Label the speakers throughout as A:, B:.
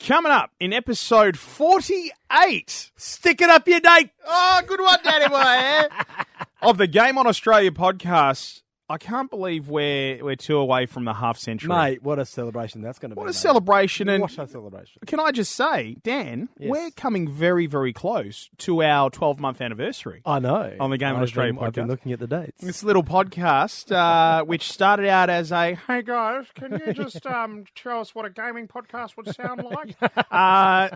A: Coming up in episode 48
B: Stick it up your date.
C: Oh, good one, Danny Boy. eh?
A: of the Game on Australia podcast, I can't believe we're, we're two away from the half century.
B: Mate, what a celebration that's going to be.
A: What a
B: mate.
A: celebration. And
B: What a celebration.
A: can I just say, Dan,
B: Yes.
A: we're coming very, very close to our 12 month anniversary.
B: I know.
A: On the Game on
B: I've
A: Australia
B: been- I've been
A: podcast.
B: looking at the dates.
A: This little podcast, uh, which started out as a
C: Hey guys, can you just um show us what a gaming podcast would sound like?
A: uh,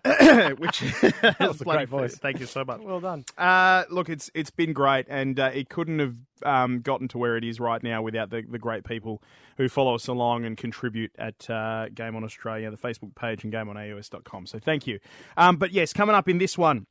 A: which that
B: was a great voice.
A: Thank you so much.
B: Well done.
A: Uh, look, it's it's been great, and uh, it couldn't have um, gotten to where it is right now without the, the great people who follow us along and contribute at uh, Game On Australia, the Facebook page, and GameOnAUS.com. So thank you. Um, but yes, coming up in this one,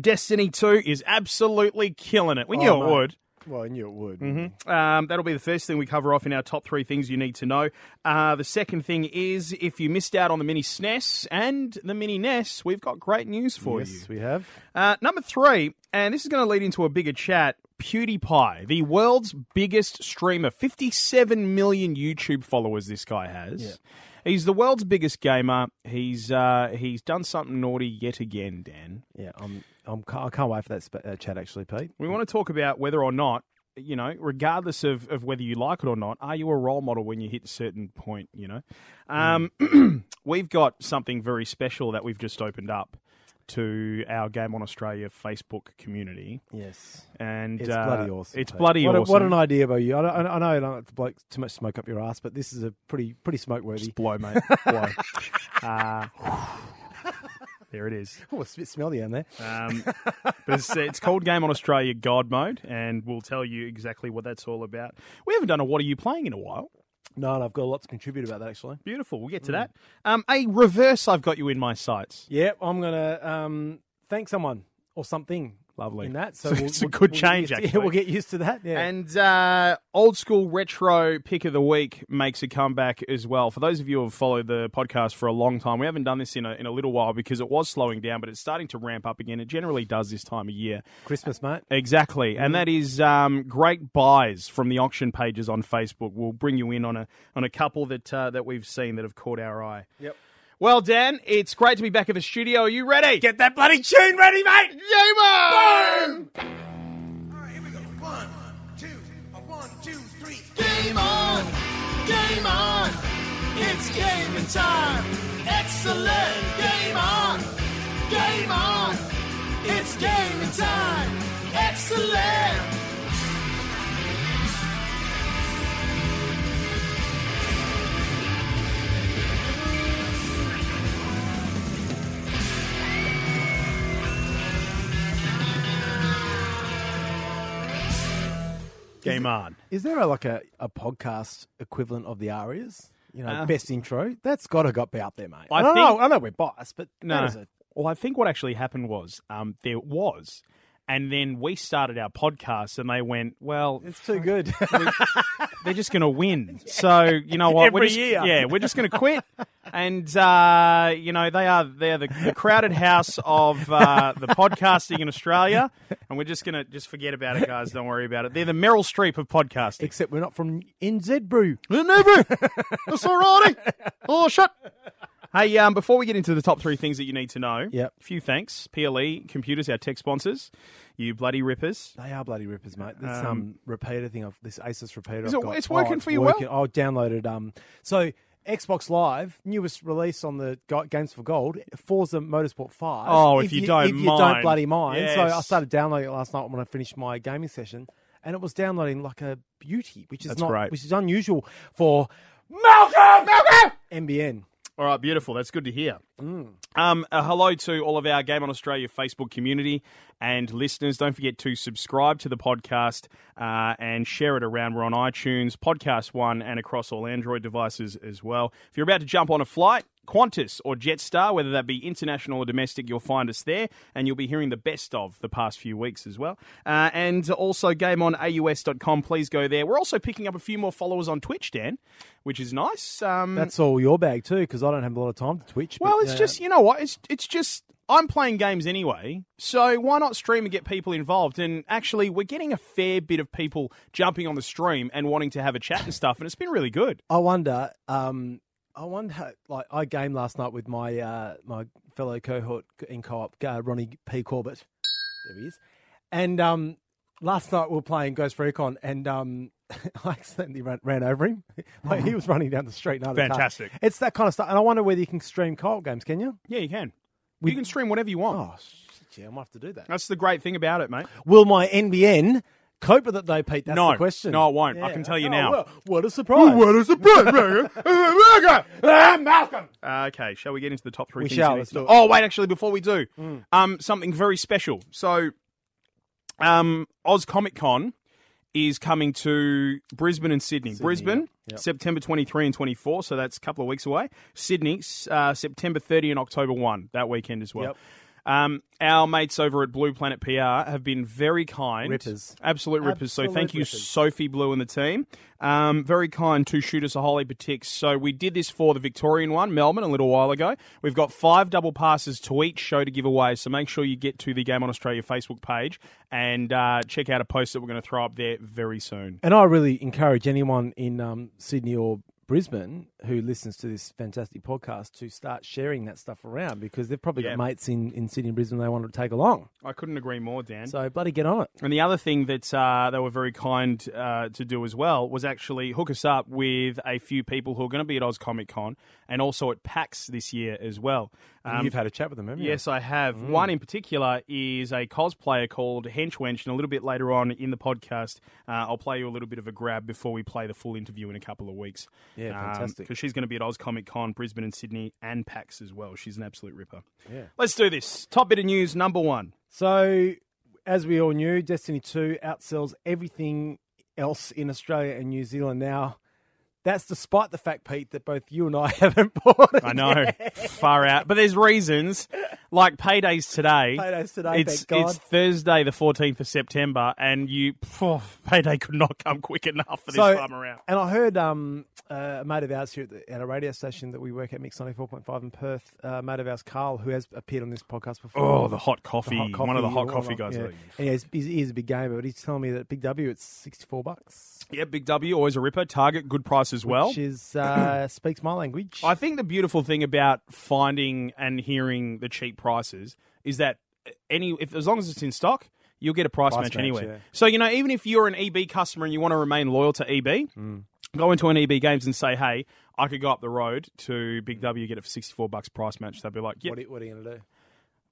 A: Destiny 2 is absolutely killing it. We knew
B: Oh,
A: it
B: mate.
A: would.
B: Well, I knew it would.
A: Um, that'll be the first thing we cover off in our top three things you need to know. Uh, the second thing is if you missed out on the mini SNES and the mini NES, we've got great news for you.
B: Yes, we have.
A: Uh, number three, and this is going to lead into a bigger chat. PewDiePie, the world's biggest streamer, 57 million YouTube followers. This guy has. He's the world's biggest gamer. He's uh, he's done something naughty yet again, Dan.
B: Yeah, I'm, I'm, I can't wait for that sp- uh, chat, actually, Pete.
A: We want to talk about whether or not you know, regardless of, of whether you like it or not, are you a role model when you hit a certain point? You know, um, we've got something very special that we've just opened up to our Game on Australia Facebook community.
B: Yes.
A: and
B: It's
A: uh,
B: bloody awesome.
A: It's
B: Pete.
A: bloody
B: what a-
A: awesome.
B: what an idea by you. I, don't, I know I don't like to blow too much smoke up your ass, but this is a pretty pretty smoke worthy.
A: blow, mate. Blow. uh, there it is.
B: Oh, it's a bit smelly down there.
A: Um, but it's, it's called Game on Australia God Mode, and we'll tell you exactly what that's all about. We haven't done a What Are You Playing in a while.
B: No, and I've got a lot to contribute about that actually.
A: Beautiful. We'll
B: Hmm.
A: get to that. Um, a reverse. I've got you in my sights.
B: Yeah, I'm gonna um, thank someone or something.
A: Lovely.
B: In that, so
A: It's
B: we'll,
A: a
B: we'll-
A: good
B: we'll get
A: change,
B: used to-
A: actually.
B: Yeah, we'll get used to that. Yeah.
A: And uh, old school retro pick of the week makes a comeback as well. For those of you who have followed the podcast for a long time, we haven't done this in a, in a little while because it was slowing down, but it's starting to ramp up again. It generally does this time of year.
B: Christmas, mate.
A: Exactly,
B: Mm.
A: and that is um, great buys from the auction pages on Facebook. We'll bring you in on a on a couple that uh, that we've seen that have caught our eye.
B: Yep.
A: Well, Dan, it's great to be back in the studio. Are you ready?
B: Get that bloody tune ready, mate.
A: Game
D: All right, here we go. One, two, a one, two, three. Game on! Game on! It's gaming time! Excellent! Game on! Game on! It's gaming time! Excellent!
A: Game on.
B: Is there a, like a, a podcast equivalent of the Arias? You know,
A: Uh,
B: best intro. That's got to got be up there, mate.
A: I
B: Um, I, don't
A: think-
B: know. I know we're biased, but
A: No.
B: that is a,
A: Well, I think what actually happened was um, there was, and then we started our podcast, and they went, "Well,
B: it's too good.
A: they're just going to win." So you know what? we're
B: Every
A: just,
B: year.
A: yeah, we're just going to quit. And uh, you know they are they're the, the crowded house of uh, the podcasting in Australia, and we're just going to just forget about it, guys. Don't worry about it. They're the Meryl Streep of podcasting.
B: Except we're not from NZ Brew.
A: Never. That's alrighty. Oh, shut. Hey, um, before we get into the top three things that you need to know,
B: Yep.
A: a few thanks. PLE Computers, our tech sponsors. You bloody rippers.
B: They are bloody rippers, mate. This um, repeater thing, I've, this Asus repeater,
A: Is
B: I've
A: it-
B: got,
A: it's working for you
B: well. I downloaded. Um, so Xbox Live newest release on the Go- Games for Gold, Forza Motorsport Five.
A: Oh, if you don't
B: if you
A: mind.
B: don't bloody mind. So I
A: Yes.
B: started downloading it last night when I finished my gaming session, and it was downloading like a beauty, which is
A: That's
B: not,
A: great.
B: which is unusual for Malcolm. Malcolm MBN.
A: All right, beautiful. That's good to hear. Um, a hello to all of our Game on Australia Facebook community and listeners. Don't forget to subscribe to the podcast uh, and share it around. We're on iTunes, Podcast One, and across all Android devices as well. If you're about to jump on a flight, Qantas or Jetstar, whether that be international or domestic, you'll find us there, and you'll be hearing the best of the past few weeks as well. Uh, and also, gameonaus.com, please go there. We're also picking up a few more followers on Twitch, Dan, which is nice. Um,
B: That's all your bag too, because I don't have a lot of time to Twitch. but,
A: well, it's
B: uh,
A: just you know what? It's it's just I'm playing games anyway, so why not stream and get people involved? And actually, we're getting a fair bit of people jumping on the stream and wanting to have a chat and stuff, and it's been really good.
B: I wonder um, I wonder, like, I game last night with my uh, my fellow cohort in co-op, uh, Ronnie P. Corbett. There he is. And um, last night we were playing Ghost Recon, and um, I accidentally ran, ran over him. like, he was running down the street. and I had a car.
A: Fantastic.
B: It's that kind of stuff. And I wonder whether you can stream co-op games. Can you?
A: Yeah, you can. you can stream whatever you want.
B: Oh, shit, yeah, I might have to do that.
A: That's the great thing about it, mate.
B: Will my NBN cope with it though, Pete? That's
A: no
B: the question.
A: No, it won't. I can tell you
B: Oh,
A: now.
B: well, what a surprise!
A: is a
B: Ah, Malcolm.
A: Uh, Okay, shall we get into the top three?
B: We
A: things
B: shall,
A: you need
B: let's
A: to know?
B: do it. Mm.
A: Oh, wait, actually, before we do, um, something very special. So, um, Oz Comic Con is coming to Brisbane and Sydney. Brisbane, September 23 and 24, so that's a couple of weeks away. Sydney, s- uh, September 30 and October 1, that weekend as well.
B: Yep.
A: Um, our mates over at Blue Planet PR have been very kind.
B: Rippers.
A: Absolute rippers. so
B: Absolute
A: thank you
B: rippers.
A: Sophie Blue and the team. Um, very kind to shoot us a holy betics. So we did this for the Victorian one, Melbourne, a little while ago. We've got five double passes to each show to give away. So make sure you get to the Game on Australia Facebook page and uh, check out a post that we're going to throw up there very soon.
B: And I really encourage anyone in um, Sydney or Brisbane who listens to this fantastic podcast to start sharing that stuff around because they've probably
A: Yeah.
B: got mates in, in Sydney and Brisbane they want to take along.
A: I couldn't agree more, Dan.
B: So bloody get on it.
A: And the other thing that uh, they were very kind uh, to do as well was actually hook us up with a few people who are going to be at Oz Comic Con and also at PAX this year as well. Um,
B: You've had a chat with them, haven't
A: Yes, I have.
B: Mm.
A: One in particular is a cosplayer called Henchwench, and a little bit later on in the podcast, uh, I'll play you a little bit of a grab before we play the full interview in a couple of weeks.
B: Yeah, fantastic.
A: Because she's going to be at Oz Comic Con, Brisbane and Sydney, and PAX as well. She's an absolute ripper. Yeah. Let's do this. Top bit of news number one.
B: So, as we all knew, Destiny 2 outsells everything else in Australia and New Zealand now. That's despite the fact, Pete, that both you and I haven't bought it.
A: I know, far out. But there's reasons. Like paydays today.
B: Paydays today,
A: It's
B: thank God.
A: it's Thursday, the 14th of September, and you phew, payday could not come quick enough for this time around.
B: And I heard um, uh, a mate of ours here at, the, at a radio station that we work at, Mix 94.5 in Perth, uh, a mate of ours, Carl, who has appeared on this podcast before.
A: Oh, the hot coffee.
B: The hot
A: One of the
B: coffee,
A: hot
B: yeah,
A: coffee
B: whatnot,
A: guys.
B: Yeah.
A: Yeah.
B: And he's, he's, he's a big gamer, but he's telling me that Big W, it's 64 bucks,
A: yeah, Big W, always a ripper. Target, good price as well.
B: which is, uh, speaks my language.
A: Oh. I think the beautiful thing about finding and hearing the cheap prices is that any if as long as it's in stock, you'll get a price,
B: Price
A: match,
B: match,
A: anyway.
B: yeah.
A: So you know, even if you're an EB customer and you want to remain loyal to EB,
B: Mm.
A: go into an EB Games and say, "Hey, I could go up the road to Big W, get it for sixty-four bucks, price match." They'll be like, "Yeah,
B: what, are, what are you going to do?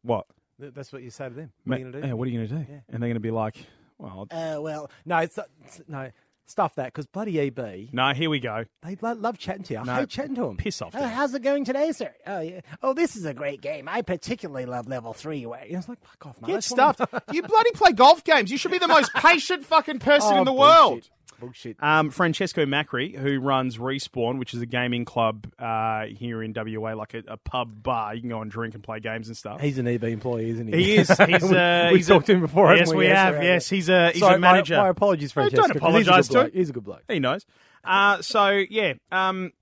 A: what?
B: Th- That's what you say to them. What are you going to
A: Yeah,
B: do?
A: what are you going to do?" And they're going to be like, "Well,
B: Uh, well, no, it's, it's no stuff that because bloody EB, they
A: no, here we go."
B: lo- love chatting to you. I hate chatting to them.
A: piss off to
B: Oh,
A: them."
B: how's it going today, sir? Oh, yeah. Oh, this is a great game. I particularly love level three. Where it's like, fuck off, mate. I
A: Get
B: just wanna-
A: stuffed. you bloody play golf games. You should be the most patient fucking person
B: Oh,
A: in the
B: bullshit.
A: world.
B: Bullshit.
A: Um, Francesco Macri, who runs Respawn, which is a gaming club uh, here in WA, like a, a pub bar. You can go and drink and play games and stuff.
B: He's an EB employee, isn't he?
A: He is. He's, uh,
B: we
A: he's
B: talked
A: a-
B: to him before.
A: Yes,
B: haven't
A: we have.
B: we
A: Yes,
B: have.
A: he's a he's
B: Sorry,
A: a
B: my-
A: manager.
B: My, apologies,
A: Hey, don't
B: Francesco. 'cause he's a
A: apologise
B: good
A: to him.
B: bloke. He's a good bloke.
A: He knows. Uh, so yeah, um,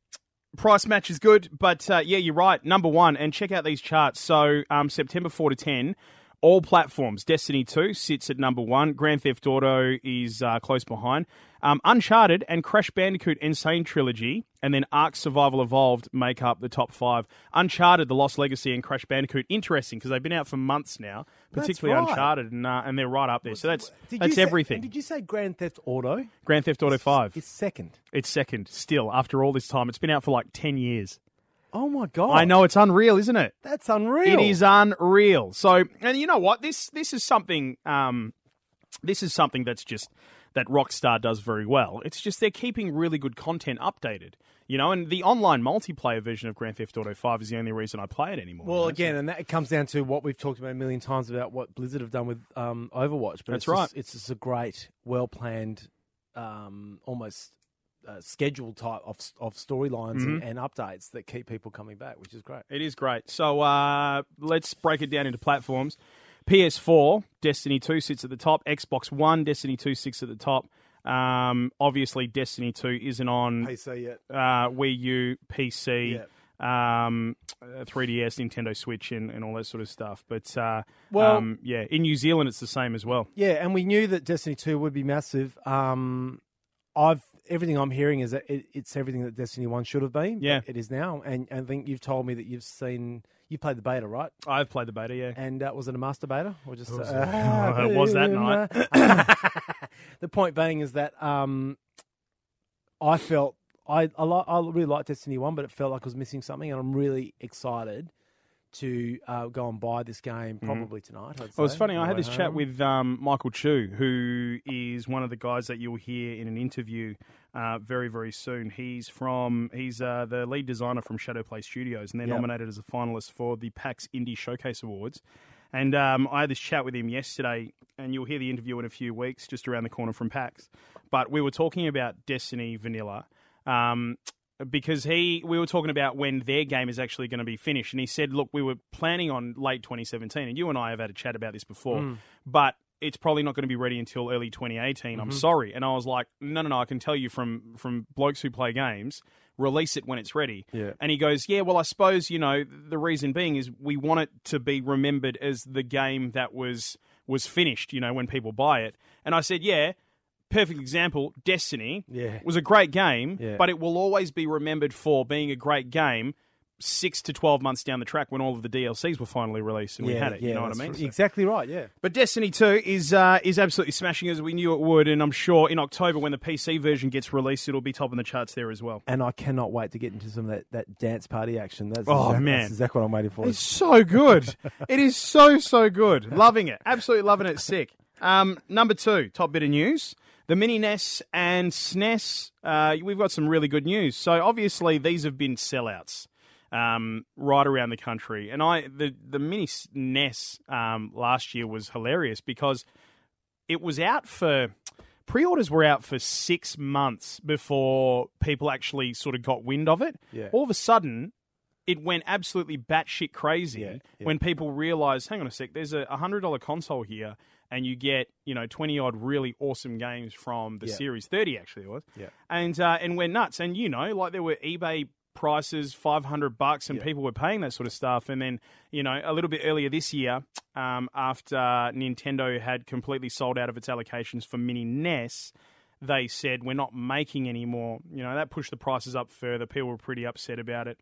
A: price match is good, but uh, yeah, you're right. Number one, and check out these charts. So um, September four to ten. All platforms. Destiny 2 sits at number one. Grand Theft Auto is uh, close behind. Um, Uncharted and Crash Bandicoot Insane Trilogy and then Ark Survival Evolved make up the top five. Uncharted, The Lost Legacy, and Crash Bandicoot, interesting because they've been out for months now, particularly
B: right.
A: Uncharted, and, uh, and they're right up there. So that's,
B: Did you
A: that's
B: say-
A: everything.
B: Did you say Grand Theft Auto?
A: Grand Theft Auto 5.
B: It's second.
A: It's second still after all this time. It's been out for like 10 years.
B: Oh my god!
A: I know it's unreal, isn't it?
B: That's unreal.
A: It is unreal. So, and you know what? This this is something um this is something that's just that Rockstar does very well. It's just they're keeping really good content updated. You know, and the online multiplayer version of Grand Theft Auto 5 is the only reason I play it anymore.
B: Well, again, and that comes down to what we've talked about a million times about what Blizzard have done with um, Overwatch. But
A: That's
B: it's just-
A: right.
B: it's just a great, well planned, um, almost uh, scheduled type of of storylines and,
A: Mm-hmm.
B: and updates that keep people coming back, which is great.
A: It is great. So uh, let's break it down into platforms. PS4, Destiny 2 sits at the top. Xbox One, Destiny 2 sits at the top. Um, obviously, Destiny 2 isn't on
B: PC yet.
A: uh, Wii U, PC, um, uh, 3DS, Nintendo Switch, and, and all that sort of stuff. But uh,
B: Well-
A: um, yeah, in New Zealand, it's the same as well.
B: Yeah, and we knew that Destiny Two would be massive. Um, I've everything I'm hearing is that it, it's everything that Destiny One should have been.
A: Yeah.
B: it is now. And, and I think you've told me that you've seen you played the beta, right?
A: I've played the beta, yeah.
B: And uh, was it a master beta or just?
A: was
B: uh,
A: it? It was that night.
B: the point being is that um, I felt I I, li- I really liked Destiny One, but it felt like I was missing something, and I'm really excited to uh, go and buy this game probably tonight. I'd
A: Mm-hmm. Well, it's
B: say,
A: funny.
B: on
A: I
B: the
A: had
B: way
A: this chat
B: home.
A: with um, Michael Chu, who is one of the guys that you'll hear in an interview uh, very, very soon. He's from he's uh, the lead designer from Shadow Play Studios, and they're
B: Yep.
A: nominated as a finalist for the PAX Indie Showcase Awards. And um, I had this chat with him yesterday, and you'll hear the interview in a few weeks, just around the corner from PAX. But we were talking about Destiny Vanilla. Um, because he we were talking about when their game is actually going to be finished and he said look we were planning on late 2017 and you and I have had a chat about this before
B: Mm.
A: but it's probably not going to be ready until early 2018 I'm
B: Mm-hmm.
A: sorry and I was like no no no I can tell you from from blokes who play games release it when it's ready
B: Yeah.
A: and he goes yeah well I suppose you know the reason being is we want it to be remembered as the game that was was finished you know when people buy it and I said yeah perfect example Destiny
B: Yeah.
A: was a great game,
B: Yeah.
A: but it will always be remembered for being a great game six to 12 months down the track when all of the DLCs were finally released and we had it. you know what I
B: that's
A: mean?
B: r- Exactly right. Yeah.
A: But Destiny 2 is uh, is absolutely smashing as we knew it would, and I'm sure in October when the PC version gets released, it'll be top in the charts there as well.
B: And I cannot wait to get into some of that, that dance party action. That's
A: Oh,
B: exact- that's
A: man.
B: exactly what I'm waiting for.
A: It's so good. it is so, so good. Loving it. Absolutely loving it. Sick. Um, number two, top bit of news. The Mini NES and SNES, uh, we've got some really good news. So obviously these have been sellouts um, right around the country. And I the, the Mini S- NES um, last year was hilarious because it was out for pre-orders were out for six months before people actually sort of got wind of it.
B: Yeah.
A: All of a sudden, it went absolutely batshit crazy
B: Yeah, yeah.
A: when people realized, hang on a sec, there's a hundred dollar console here, and you get you know twenty odd really awesome games from the
B: Yeah.
A: series thirty actually it was,
B: Yeah.
A: and uh, and went nuts. And you know, like there were eBay prices, five hundred bucks, and
B: Yeah.
A: people were paying that sort of stuff. And then you know, a little bit earlier this year, um, after Nintendo had completely sold out of its allocations for Mini NES. They said we're not making any more. You know that pushed the prices up further. People were pretty upset about it.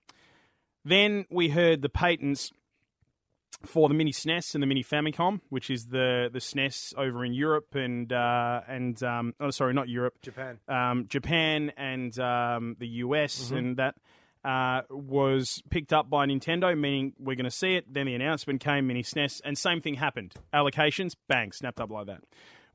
A: Then we heard the patents for the mini SNES and the mini Famicom, which is the the SNES over in Europe and uh, and um, oh sorry, not Europe,
B: Japan.
A: um, Japan and um, the US and that. Uh, was picked up by Nintendo, meaning we're going to see it. Then the announcement came, Mini SNES, and same thing happened. Allocations, bang, snapped up like that.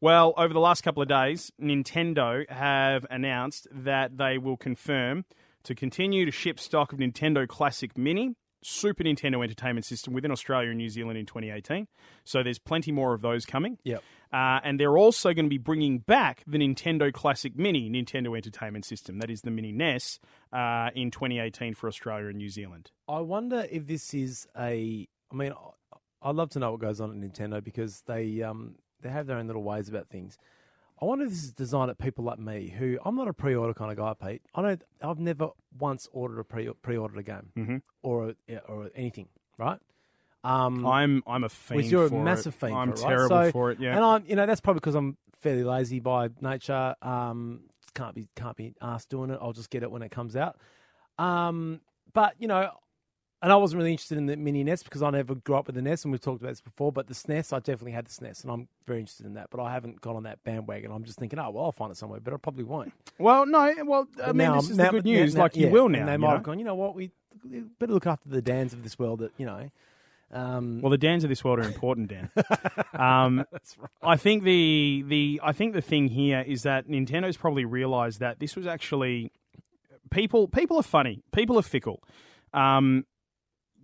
A: Well, over the last couple of days, Nintendo have announced that they will confirm to continue to ship stock of Nintendo Classic Mini, Super Nintendo Entertainment System within Australia and New Zealand in 2018. So there's plenty more of those coming.
B: Yep.
A: Uh, and they're also going to be bringing back the Nintendo Classic Mini Nintendo Entertainment System, that is the Mini NES, uh, in 2018 for Australia and New Zealand.
B: I wonder if this is a. I mean, I- I'd love to know what goes on at Nintendo because they um they have their own little ways about things. I wonder if this is designed at people like me who I'm not a pre-order kind of guy, Pete. I don't. I've never once ordered a pre pre-ordered a game or a, or anything, right? Um,
A: I'm I'm a fiend.
B: was you're
A: for
B: a massive
A: it.
B: fan.
A: I'm
B: for it, right?
A: terrible
B: So-
A: for it. Yeah.
B: and I'm you know that's probably because I'm fairly lazy by nature. Um, can't be can't be asked doing it. I'll just get it when it comes out. Um, but you know, and I wasn't really interested in the mini NES because I never grew up with the NES, and we've talked about this before. But the SNES, I definitely had the SNES, and I'm very interested in that. But I haven't got on that bandwagon. I'm just thinking, oh well, I'll find it somewhere, but I probably won't.
A: well, no. Well, I
B: But
A: mean,
B: now
A: this
B: I'm-
A: is
B: now-
A: the good
B: now-
A: news.
B: now-
A: like you
B: yeah,
A: will
B: and
A: now.
B: They
A: you
B: might
A: know?
B: have gone. You know what? We better look after the Dans of this world. That you know. Um,
A: Well, the Dans of this world are important, Dan. um, I think the the I think the thing here is that Nintendo's probably realised that this was actually people people are funny, people are fickle. Um,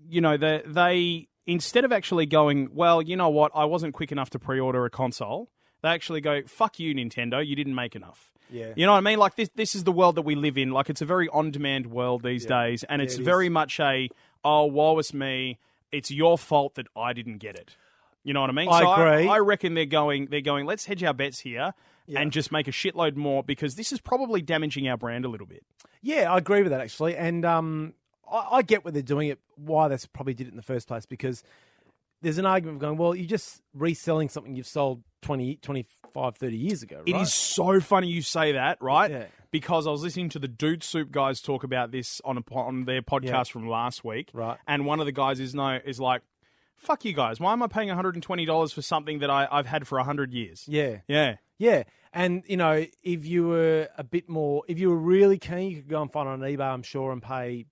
A: you know, they they instead of actually going, well, you know what, I wasn't quick enough to pre-order a console. They actually go, fuck you, Nintendo, you didn't make enough.
B: Yeah.
A: You know what I mean? Like this this is the world that we live in. Like it's a very on-demand world these days, and it's
B: it is.
A: very much a oh woe is me. It's your fault that I didn't get it. You know what I mean?
B: I
A: so
B: agree.
A: I, reckon they're going. They're going. Let's hedge our bets here and just make a shitload more because this is probably damaging our brand a little bit.
B: Yeah, I agree with that actually, and um, I, I get why they're doing it, why they probably did it in the first place, because there's an argument of going, well, you're just reselling something you've sold 20, 25, 30 years ago, right?
A: It is so funny you say that, right?
B: Yeah.
A: Because I was listening to the Dude Soup guys talk about this on a, po- on their podcast from last week,
B: Right.
A: And one of the guys is no is like, "Fuck you guys! Why am I paying one hundred and twenty dollars for something that I, I've had for hundred years?"
B: Yeah.
A: yeah,
B: Yeah. And, you know, if you were a bit more, if you were really keen, you could go and find it on eBay, I'm sure, and pay.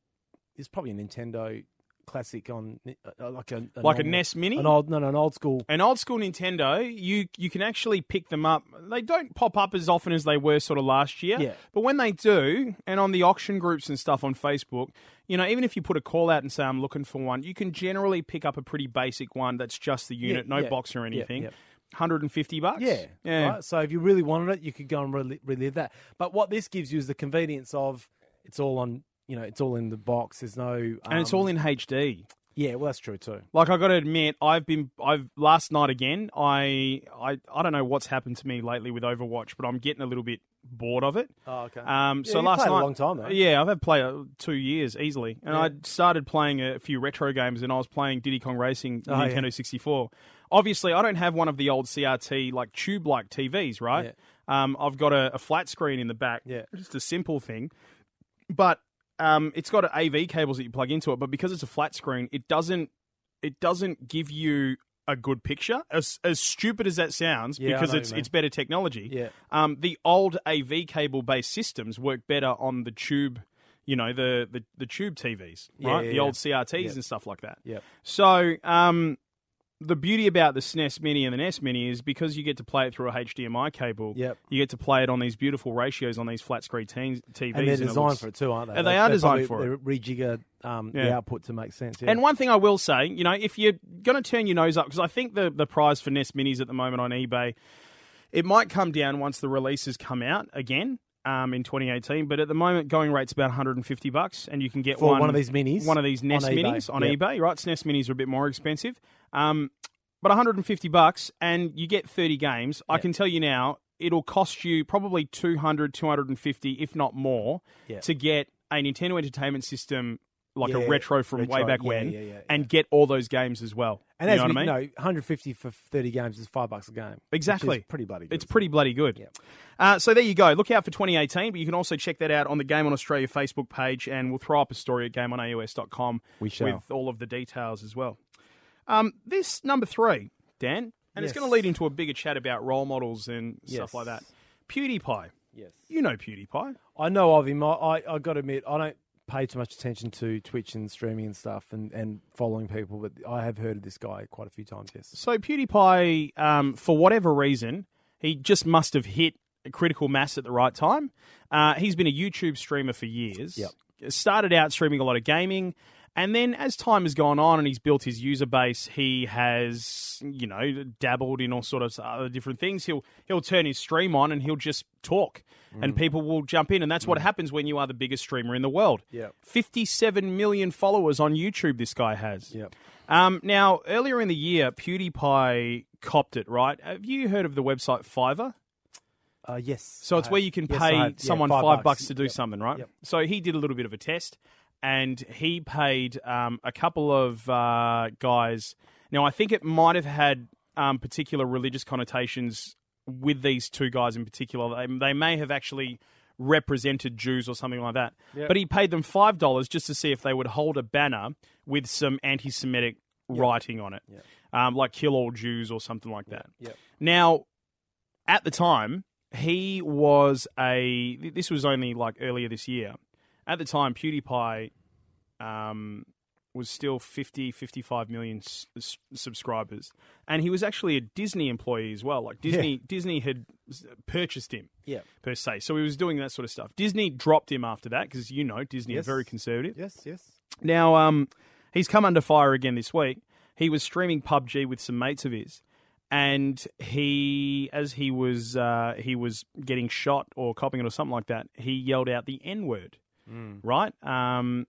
B: There's probably a Nintendo classic on, uh, like a. an
A: like a
B: old-
A: NES Mini.
B: An old, no, no, an old school.
A: an old school Nintendo, you you can actually pick them up. They don't pop up as often as they were sort of last year.
B: Yeah.
A: But when they do, and on the auction groups and stuff on Facebook, you know, even if you put a call out and say I'm looking for one, you can generally pick up a pretty basic one that's just the unit, no
B: yeah,
A: box or
B: yeah,
A: anything.
B: yeah.
A: 150 bucks.
B: Yeah.
A: Yeah.
B: right? So if you really wanted it, you could go and rel- relive that. But what this gives you is the convenience of it's all on, you know, it's all in the box. There's no. Um,
A: And it's all in HD.
B: Yeah, well, that's true too.
A: Like I got to admit, I've been I've last night again. I I I don't know what's happened to me lately with Overwatch, but I'm getting a little bit bored of it.
B: Oh, okay.
A: Um,
B: Yeah,
A: so
B: you
A: last
B: played a
A: night,
B: long time, though.
A: yeah, I've had play uh, two years easily, and I started playing a few retro games, and I was playing Diddy Kong Racing
B: Oh, yeah.
A: Nintendo 64. Obviously, I don't have one of the old CRT like tube-like TVs, right? Um, I've got a, a flat screen in the back,
B: Yeah.
A: just a simple thing, but um, it's got AV cables that you plug into it. But because it's a flat screen, it doesn't it doesn't give you a good picture. As as stupid as that sounds,
B: Yeah, I know
A: because
B: what
A: it's
B: you mean.
A: it's better technology.
B: Yeah.
A: Um, the old AV cable based systems work better on the tube, you know, the the, the tube TVs,
B: Yeah,
A: right?
B: yeah,
A: the
B: yeah.
A: old CRTs
B: Yep.
A: and stuff like that.
B: Yep.
A: So, um, the beauty about the SNES Mini and the NES Mini is because you get to play it through a HDMI cable.
B: Yep.
A: You get to play it on these beautiful ratios on these flat screen teens, TVs,
B: And they're
A: and it
B: designed
A: looks-
B: for it too, aren't they?
A: Yeah, they are designed for
B: it. They rejigger um, the
A: Yeah.
B: output to make sense. Yeah.
A: And one thing I will say, you know, if you're going to turn your nose up, because I think the, the prize for NES Minis at the moment on eBay, it might come down once the releases come out again um, in 2018. But at the moment, going rate's about 150 bucks, and you can get
B: For
A: one,
B: one of these minis
A: one of these
B: on
A: NES
B: eBay.
A: Minis on
B: Yep.
A: eBay. Right, SNES Minis are a bit more expensive, um, but 150 bucks, and you get 30 games. I can tell you now, it'll cost you probably 200, 250, if not more,
B: Yeah.
A: to get a Nintendo Entertainment System. Like
B: Yeah,
A: a retro from way
B: retro,
A: back
B: yeah,
A: when,
B: yeah, yeah, yeah.
A: and get all those games as well.
B: And
A: you
B: as
A: know what
B: we
A: I mean?
B: know, 150 for 30 games is five bucks a game. which is
A: Exactly.
B: pretty bloody good.
A: It's pretty bloody good. Uh, so there you go. Look out for 2018, but you can also check that out on the Game on Australia Facebook page, and we'll throw up a story at gameonaus.com
B: We shall.
A: with all of the details as well. Um, this number three, Dan, and it's
B: Yes.
A: going to lead into a bigger chat about role models and stuff like that.
B: Yes.
A: PewDiePie.
B: Yes.
A: You know PewDiePie.
B: I know of him. I, I, I got to admit, I don't pay too much attention to Twitch and streaming and stuff and, and following people, but I have heard of this guy quite a few times, yes.
A: So PewDiePie, um, for whatever reason, he just must have hit a critical mass at the right time. Uh, he's been a YouTube streamer for years.
B: Yep.
A: Started out streaming a lot of gaming, and then as time has gone on and he's built his user base, he has you know dabbled in all sort of other different things. He'll he'll turn his stream on and he'll just talk,
B: Mm.
A: and people will jump in, and that's what happens when you are the biggest streamer in the world.
B: Yep.
A: fifty-seven million followers on YouTube. This guy has.
B: Yep.
A: Um, now, earlier in the year, PewDiePie copped it, right? Have you heard of the website Fiverr?
B: Uh, yes.
A: So it's
B: I
A: where
B: have.
A: you can
B: Yes, I
A: pay
B: have. Yeah,
A: someone five, bucks. to do
B: Yep.
A: something, right?
B: Yep.
A: So he did a little bit of a test, and he paid um, a couple of uh, guys. Now, I think it might have had um, particular religious connotations with these two guys in particular. They, they may have actually represented Jews or something like that. But he paid them five dollars just to see if they would hold a banner with some anti-Semitic writing on it, um, like "kill all Jews" or something like that.
B: Yep.
A: Now, at the time, he was a. th- This was only like earlier this year. At the time, PewDiePie um, was still 50, 55 million s- s- subscribers, and he was actually a Disney employee as well. Like Disney, Disney had s- purchased him
B: Yeah.
A: per se, so he was doing that sort of stuff. Disney dropped him after that because you know Disney
B: Yes.
A: are very conservative.
B: Yes, yes.
A: Now, um, he's come under fire again this week. He was streaming PUBG with some mates of his, and he, as he was, uh, he was getting shot or copying it or something like that. He yelled out the N word,
B: Mm.
A: right? Um,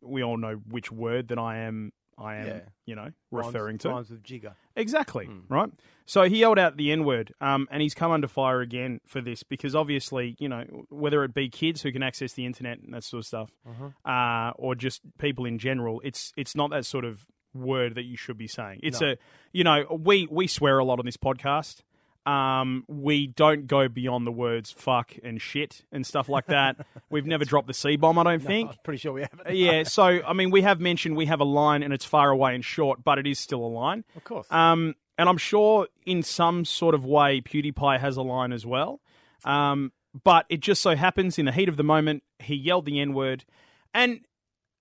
A: we all know which word that I am. I am,
B: Yeah.
A: you know, referring
B: Rhymes-
A: to.
B: Rhymes with Jigger.
A: Exactly, right? So he yelled out the N word, um, and he's come under fire again for this because obviously, you know, whether it be kids who can access the internet and that sort of stuff, uh or just people in general, it's it's not that sort of word that you should be saying. It's a you know we we swear a lot on this podcast. Um, we don't go beyond the words fuck and shit and stuff like that. We've never dropped the c bomb. I don't think.
B: I'm pretty sure we have it.
A: Yeah, so I mean, we have mentioned we have a line, and it's far away and short, but it is still a line.
B: Of course.
A: Um, and I'm sure in some sort of way PewDiePie has a line as well. Um, but it just so happens in the heat of the moment, he yelled the N word. And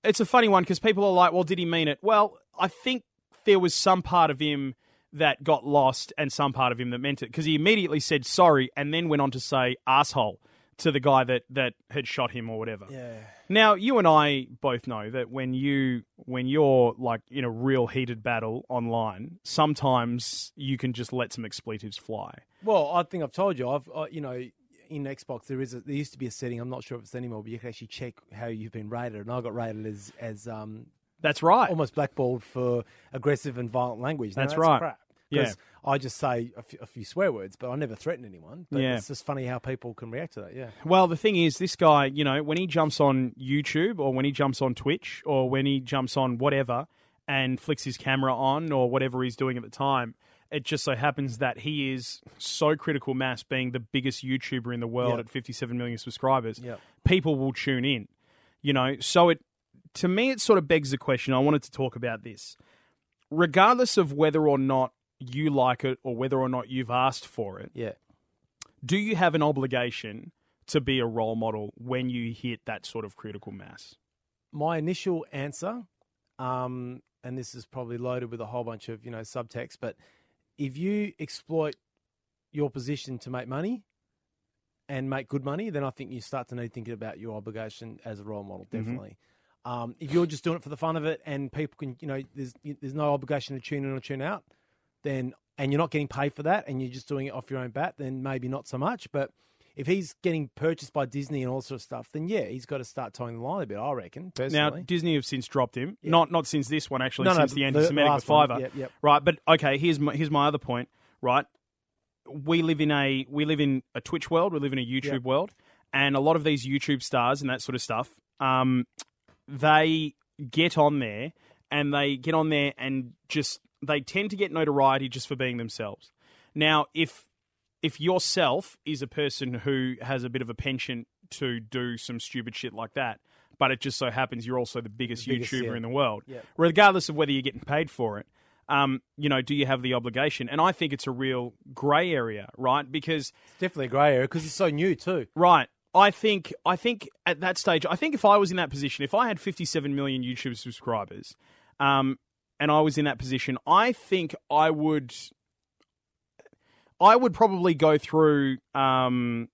A: it's a funny one because people are like, well, did he mean it? Well, I think there was some part of him that got lost and some part of him that meant it because he immediately said sorry and then went on to say asshole to the guy that, that had shot him or whatever.
B: yeah.
A: Now, you and I both know that when you when you're like in a real heated battle online, sometimes you can just let some expletives fly.
B: Well, I think I've told you. I've uh, you know in Xbox there is a, there used to be a setting. I'm not sure if it's anymore, but you can actually check how you've been rated. And I got rated as as um,
A: That's right.
B: almost blackballed for aggressive and violent language. Now,
A: That's right.
B: Crap.
A: Yeah.
B: 'Cause I just say a few, a few swear words, but I never threaten anyone. But
A: Yeah.
B: it's just funny how people can react to that. Yeah.
A: Well, the thing is, this guy, you know, when he jumps on YouTube or when he jumps on Twitch or when he jumps on whatever and flicks his camera on or whatever he's doing at the time, it just so happens that he is so critical mass, being the biggest YouTuber in the world
B: Yeah.
A: at 57 million subscribers.
B: Yeah.
A: People will tune in, you know. So it, to me, it sort of begs the question. I wanted to talk about this, regardless of whether or not you like it or whether or not you've asked for it
B: Yeah.
A: do you have an obligation to be a role model when you hit that sort of critical mass?
B: my initial answer, um, and this is probably loaded with a whole bunch of you know subtext, but if you exploit your position to make money and make good money, then I think you start to need thinking about your obligation as a role model. Definitely. Um, if you're just doing it for the fun of it, and people can, you know, there's there's no obligation to tune in or tune out, then and you're not getting paid for that, and you're just doing it off your own bat, then maybe not so much. But if he's getting purchased by Disney and all sort of stuff, then yeah, he's got to start towing the line a bit. I reckon
A: Now,
B: personally.
A: Disney have since dropped him. Not not since this one actually,
B: No, no,
A: since the
B: the
A: anti-Semitic with
B: last one.
A: Fiverr,
B: Yep, yep.
A: right? But okay, here's my, here's my other point, right? We live in a we live in a Twitch world, we live in a YouTube
B: Yep.
A: world, and a lot of these YouTube stars and that sort of stuff, um, they get on there and they get on there and just they tend to get notoriety just for being themselves. Now, if if yourself is a person who has a bit of a penchant to do some stupid shit like that, but it just so happens you're also the biggest,
B: biggest,
A: YouTuber
B: yeah.
A: in the world,
B: Yeah.
A: regardless of whether you're getting paid for it, um, you know, do you have the obligation? And I think it's a real grey area, right? Because
B: Definitely a grey area because it's so new too.
A: Right. I think I think at that stage, I think if I was in that position, if I had 57 million YouTube subscribers, um, and I was in that position, I think I would, I would probably go through um,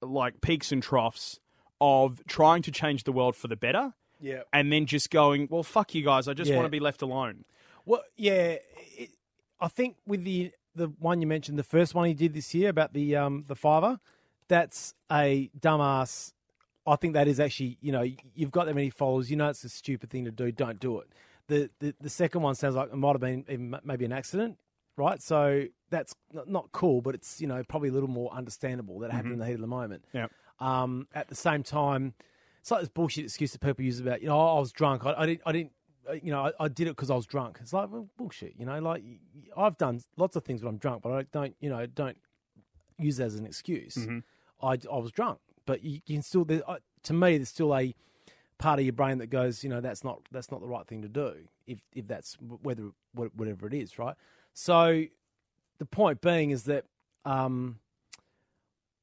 A: like peaks and troughs of trying to change the world for the better,
B: Yeah.
A: and then just going, well, fuck you guys, I just
B: Yeah.
A: want to be left alone.
B: Well, yeah, it, I think with the the one you mentioned, the first one he did this year about the um the fiver, that's a dumbass. I think that is actually, you know, you've got that many followers, you know, it's a stupid thing to do. Don't do it. The the, the second one sounds like it might have been even maybe an accident, right? So that's not- not cool, but it's you know probably a little more understandable that it happened in the heat of the moment.
A: Yeah.
B: Um, at the same time, it's like this bullshit excuse that people use about, you know, "Oh, I was drunk. I, I didn't, I didn't, uh, you know, I, I did it because I was drunk. It's like well, bullshit, you know. Like y- y- I've done lots of things when I'm drunk, but I don't, you know, don't use that as an excuse. I, I was drunk, but you, you can still. There, I, to me, there's still a part of your brain that goes, you know, that's not that's not the right thing to do. If if that's wh- whether wh- whatever it is, right? So the point being is that. um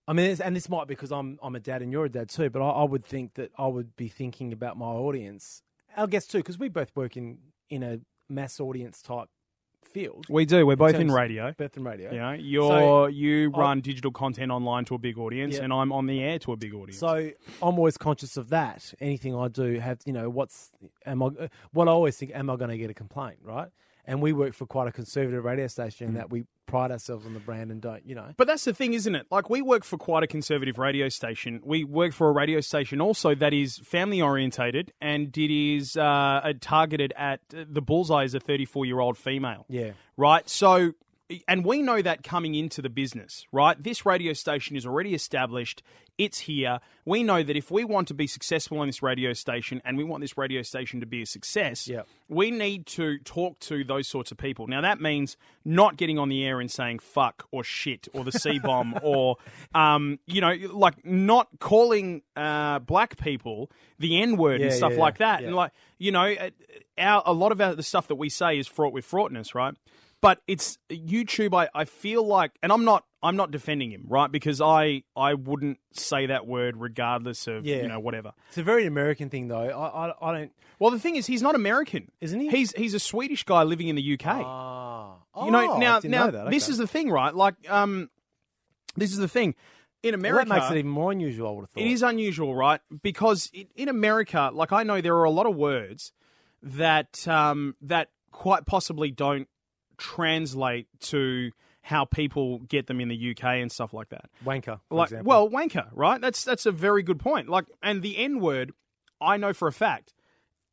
B: I mean, it's- and this might be because I'm I'm a dad and you're a dad too, but I, I would think that I would be thinking about my audience, our guests too, because we both work in in a mass audience type field,
A: We do. We're both
B: in
A: in
B: terms-
A: radio.
B: Beth and radio.
A: You know, you're, you
B: I-
A: run digital content online to a big audience,
B: Yeah.
A: and I'm on the air to a big audience.
B: So I'm always conscious of that. Anything I do, have you know, what's am I? What I always think, am I going to get a complaint, right? And we work for quite a conservative radio station in that we pride ourselves on the brand and don't, you know.
A: But that's the thing, isn't it? Like, we work for quite a conservative radio station. We work for a radio station also that is family orientated and it is uh, targeted at the bullseye is a 34 year old female.
B: Yeah.
A: Right? So and we know that coming into the business, right? This radio station is already established. It's here. We know that if we want to be successful on this radio station and we want this radio station to be a success,
B: Yep.
A: we need to talk to those sorts of people. Now, that means not getting on the air and saying fuck or shit or the C bomb or, um, you know, like not calling uh, black people the N word and
B: Yeah,
A: stuff
B: yeah,
A: like
B: yeah,
A: that.
B: yeah.
A: And like, you know, uh, our, a lot of our, the stuff that we say is fraught with fraughtness, right? But it's YouTube. I, I feel like, and I'm not I'm not defending him, right? Because I I wouldn't say that word regardless of
B: Yeah.
A: you know whatever.
B: It's a very American thing, though. I, I, I don't.
A: Well, the thing is, he's not American,
B: Isn't he?
A: He's he's a Swedish guy living in the UK.
B: Ah,
A: you know,
B: Oh, I
A: now
B: didn't
A: now
B: know that.
A: this
B: Okay.
A: is the thing, right? Like, um, this is the thing in
B: Well,
A: America.
B: that makes it even more unusual. I would have thought
A: It is unusual, right? Because i in America, like I know there are a lot of words that um, that quite possibly don't translate to how people get them in the UK and stuff like that.
B: wanker. For
A: Like,
B: example.
A: well, wanker, right? That's that's a very good point. Like, and the N word, I know for a fact,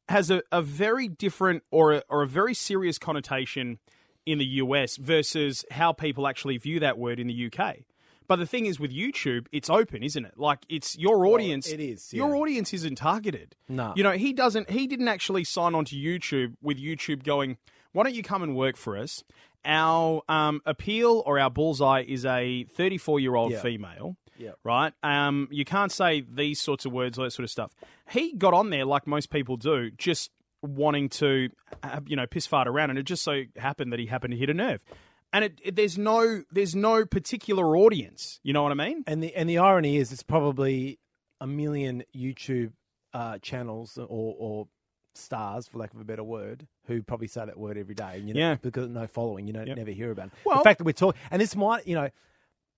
A: has a, a very different or a, or a very serious connotation in the US versus how people actually view that word in the UK. But the thing is, with YouTube, it's open, isn't it? Like, it's your audience.
B: it is,
A: Your
B: yeah.
A: audience isn't targeted.
B: No.
A: You know, he doesn't. He didn't actually sign on to YouTube with YouTube going, "Why don't you come and work for us?" Our um, appeal or our bullseye is a 34 year old
B: Yeah.
A: female.
B: Yeah.
A: Right. Um, you can't say these sorts of words, all that sort of stuff. He got on there like most people do, just wanting to, uh, you know, piss fart around, and it just so happened that he happened to hit a nerve. And it, it- there's no there's no particular audience. You know what I mean?
B: and the and the irony is, it's probably a million YouTube uh, channels or, or stars, for lack of a better word, who probably say that word every day. And you know,
A: Yeah.
B: because of no following, you don't
A: Yep.
B: never hear about. It.
A: Well-
B: the fact that we're talking, and this might, you know,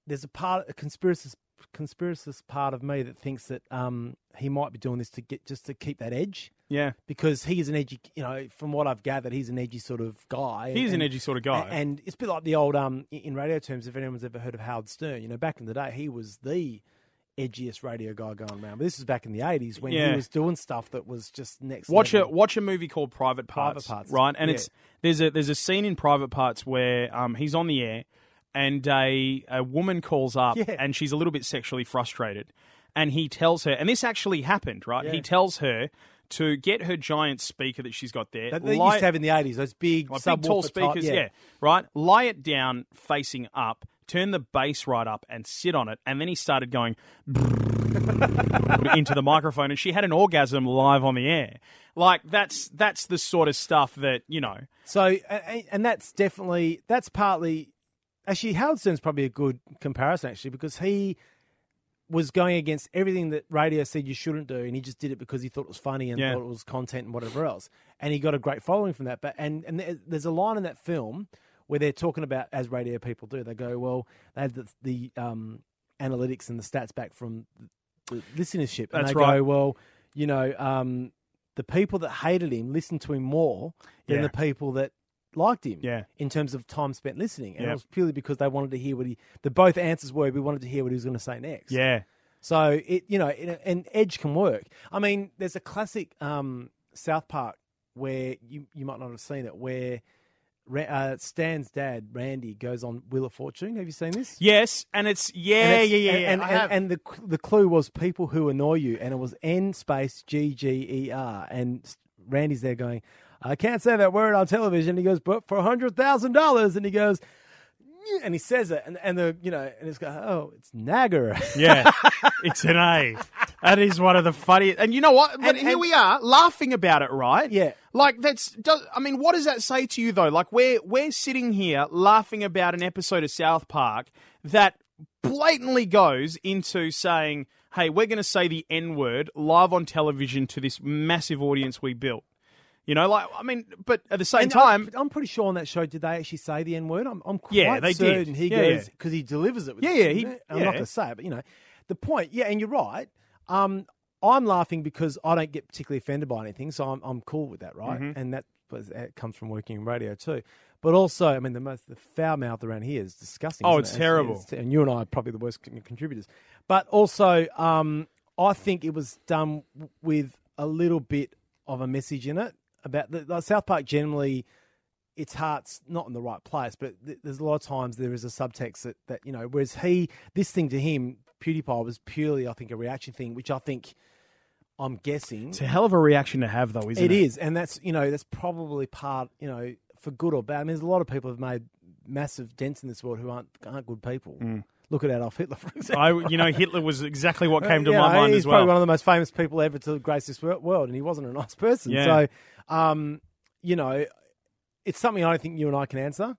B: there's a part, a conspiracist, conspiracist part of me that thinks that um, he might be doing this to get just to keep that edge.
A: Yeah.
B: because he's an edgy, you know, from what I've gathered, he's an edgy sort of guy.
A: He's an
B: And-
A: edgy sort of guy.
B: a- And it's a bit like the old, um, i- in radio terms, if anyone's ever heard of Howard Stern, you know, back in the day, he was the edgiest radio guy going around. But this was back in the 80s when
A: Yeah.
B: he was doing stuff that was just next
A: Watch a
B: level.
A: watch a movie called Private Parts,
B: Private Parts.
A: right? And
B: Yeah.
A: it's there's a there's a scene in Private Parts where um, he's on the air, and a a woman calls up,
B: Yeah.
A: and she's a little bit sexually frustrated, and he tells her, and this actually happened, right? He tells her to get her giant speaker that she's got there,
B: That they
A: lie-
B: used to have in the 80s, those big,
A: like big tall
B: subwoofer type-
A: speakers, yeah. right. Lie it down facing up, turn the bass right up, and sit on it. And then he started going into the microphone, and she had an orgasm live on the air. Like that's that's the sort of stuff that you know.
B: So, a- a- and that's definitely that's partly actually Howard Stern's probably a good comparison actually because he was going against everything that radio said you shouldn't do, and he just did it because he thought it was funny and
A: Yeah.
B: thought it was content and whatever else, and he got a great following from that. But and and there- there's a line in that film where they're talking about as radio people do, they go, well, they had the, the um, analytics and the stats back from the listenership, and
A: That's
B: they
A: right.
B: go, well, you know. Um, the people that hated him listened to him more than
A: Yeah.
B: the people that liked him
A: Yeah.
B: in terms of time spent listening. And
A: Yeah.
B: it was purely because they wanted to hear what he, the both answers were, we wanted to hear what he was going to say next.
A: Yeah,
B: So it, you know, it, and edge can work. I mean, there's a classic um, South Park where you, you might not have seen it, where Ra- uh, Stan's dad, Randy, goes on Wheel of Fortune. Have you seen this?
A: yes, and it's yeah,
B: And it's-
A: yeah, yeah, yeah.
B: And,
A: I
B: and,
A: have.
B: and the cl- the clue was people who annoy you, and it was N space G G E R. And s- Randy's there going, I can't say that word on television. He goes, but for hundred thousand dollars, and he goes, "Yeah," and he says it, and and the you know, and it's going, oh, it's Nagger.
A: yeah, it's an A. That is one of the funniest. And you know what? But
B: And-
A: here
B: and-
A: we are laughing about it, right?
B: Yeah.
A: Like that's. Does, I mean, what does that say to you though? Like we're we're sitting here laughing about an episode of South Park that blatantly goes into saying, "Hey, we're going to say the N word live on television to this massive audience we built." You know, like I mean, but at the same
B: And uh,
A: time,
B: I'm, I'm pretty sure on that show, did they actually say the N word? I'm, I'm quite
A: Yeah, they did.
B: certain he
A: Yeah,
B: goes
A: yeah.
B: because he delivers it. With
A: Yeah,
B: a-
A: yeah, he-
B: I'm
A: yeah.
B: not going to say it, but you know, the point. Yeah, and you're right. Um, I'm laughing because I don't get particularly offended by anything, so I'm I'm cool with that, right?
A: Mm-hmm.
B: And that was that comes from working in radio too. But also, I mean, the most the foul mouth around here is disgusting.
A: Oh,
B: isn't
A: it's
B: it?
A: terrible.
B: it's- and you and I are probably the worst con- contributors. But also, um, I think it was done w- with a little bit of a message in it about the, the South Park generally its heart's not in the right place. But th- there's a lot of times there is a subtext that, that you know. Whereas he, this thing to him, PewDiePie was purely, I think, a reaction thing, which I think I'm guessing
A: It's a hell of a reaction to have, though, isn't it?
B: it is, and that's you know that's probably part you know for good or bad. I mean, there's a lot of people who've made massive dents in this world who aren't aren't good people.
A: Mm.
B: Look at Adolf Hitler, for example.
A: I, you know, Hitler was exactly what came to
B: Uh, Yeah,
A: my mind
B: he's
A: as well.
B: probably one of the most famous people ever to grace this wor- world, and he wasn't a nice person.
A: Yeah.
B: So, um, you know, it's something I don't think you and I can answer.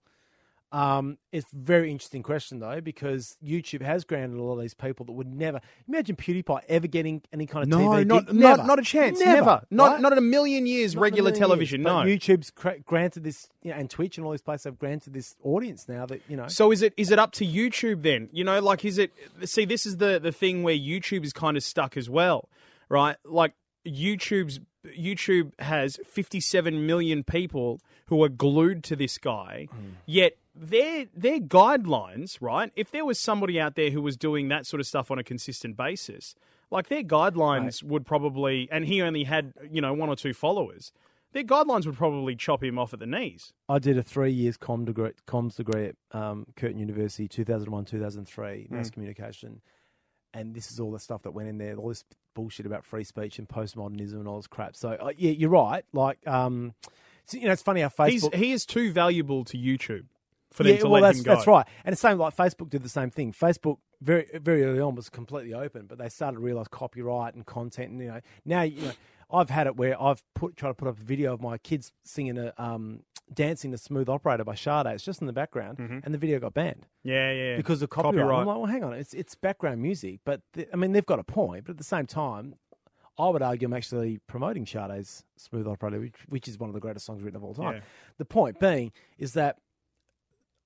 B: Um, it's a very interesting question though, because YouTube has grounded a lot of these people that would never imagine PewDiePie ever getting any kind of
A: no,
B: TV.
A: not,
B: gig.
A: not
B: Never.
A: not a chance. Never,
B: Never.
A: not
B: right?
A: not in a million years.
B: Not in a
A: regular
B: million years.
A: television.
B: But
A: no.
B: YouTube's cra- granted this, you know, and Twitch and all these places have granted this audience now that you know.
A: So is it is it up to YouTube then? You know, like is it? See, this is the the thing where YouTube is kind of stuck as well, right? Like YouTube's YouTube has 57 million people who are glued to this guy, yet their their guidelines, right? If there was somebody out there who was doing that sort of stuff on a consistent basis, like their guidelines would probably, and he only had you know one or two followers. Their guidelines would probably chop him off at the knees.
B: I did a three years com degree, comms degree at um, Curtin University, 2001, 2003, mass communication. And this is all the stuff that went in there, all this bullshit about free speech and postmodernism and all this crap. So, uh, yeah, you're right. Like, um, so, you know, it's funny how Facebook.
A: He's, he is too valuable to YouTube for them
B: yeah,
A: to
B: well,
A: let
B: that's,
A: him go.
B: that's right. And the same, like Facebook did the same thing. Facebook very very early on was completely open, but they started to realize copyright and content. And you know, now you know, I've had it where I've put tried to put up a video of my kids singing a um, dancing to "Smooth Operator" by Sade. It's just in the background,
A: Mm-hmm.
B: and the video got banned
A: Yeah, yeah, yeah.
B: because of copyright. I'm like, well, hang on, it's it's background music, but the, I mean, they've got a point. But at the same time, I would argue I'm actually promoting Sade's "Smooth Operator," which, which is one of the greatest songs written of all time.
A: Yeah.
B: The point being is that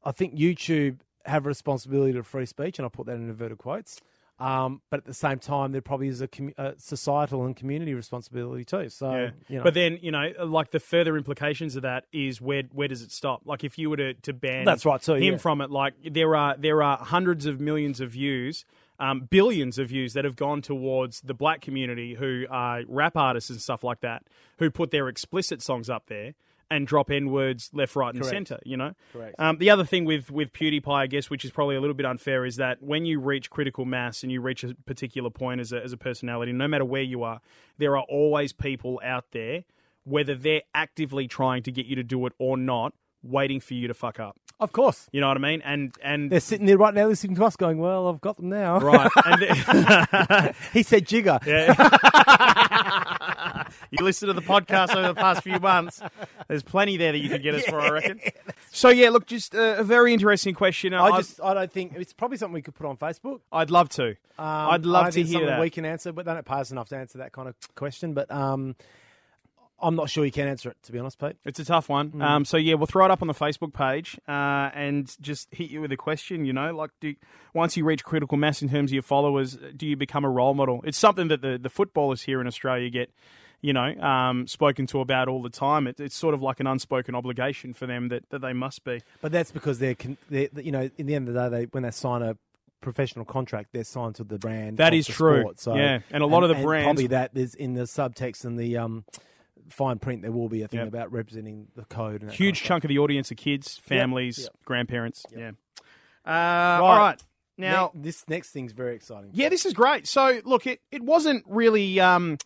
B: I think YouTube have a responsibility to free speech, and I put that in inverted quotes. Um, but at the same time, there probably is a, commu- a societal and community responsibility too. So,
A: Yeah.
B: um, you know,
A: But then you know, like the further implications of that is where where does it stop? Like if you were to, to ban
B: That's right too,
A: him
B: yeah.
A: from it, like there are there are hundreds of millions of views, um, billions of views that have gone towards the black community who are rap artists and stuff like that who put their explicit songs up there and drop n words left, right, and center. You know, correct. Um, the other thing with with PewDiePie, I guess, which is probably a little bit unfair, is that when you reach critical mass and you reach a particular point as a, as a personality, no matter where you are, there are always people out there, whether they're actively trying to get you to do it or not, waiting for you to fuck up.
B: of course,
A: You know what I mean? And and
B: they're sitting there right now listening to us, going, "Well, I've got them now."
A: right. And the-
B: he said, "Jigger."
A: Yeah. you listen to the podcast over the past few months. There's plenty there that you can get us for, I reckon. So yeah, look, just uh, a very interesting question. I
B: I just, I don't think it's probably something we could put on Facebook.
A: I'd love to.
B: Um,
A: I'd love
B: I
A: to
B: think it's
A: hear
B: something
A: that.
B: We can answer, but they don't pay us enough to answer that kind of question. But um, I'm not sure you can answer it, to be honest, Pete.
A: It's a tough one.
B: Mm.
A: Um, so yeah, we'll throw it up on the Facebook page uh, and just hit you with a question. You know, like do once you reach critical mass in terms of your followers, do you become a role model? It's something that the the footballers here in Australia get, you know, um, spoken to about all the time. It, it's sort of like an unspoken obligation for them that, that they must be.
B: But that's because they're, con- they're, you know, in the end of the day, they when they sign a professional contract, they're signed to the brand.
A: That
B: of
A: is
B: the
A: true.
B: Sport, so,
A: Yeah, and a lot of the brands-
B: probably that is in the subtext and the um, fine print. There will be a thing
A: Yep.
B: about representing the code. And that
A: Huge
B: kind
A: chunk of the audience are kids, families,
B: Yep.
A: grandparents. Yeah. Uh, All
B: Right.
A: right.
B: of
A: Now,
B: stuff. Ne- this next thing's very exciting.
A: Yeah, this is great. So, look, it, it wasn't really um,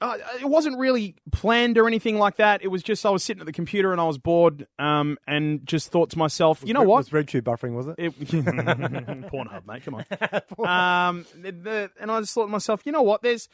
A: uh, it wasn't really planned or anything like that. It was just I was sitting at the computer and I was bored, um, and just thought to myself, you know
B: It
A: what?
B: was RedTube buffering? Was it?
A: It, Pornhub, mate, come on. um, the, the- and I just thought to myself, you know what? There's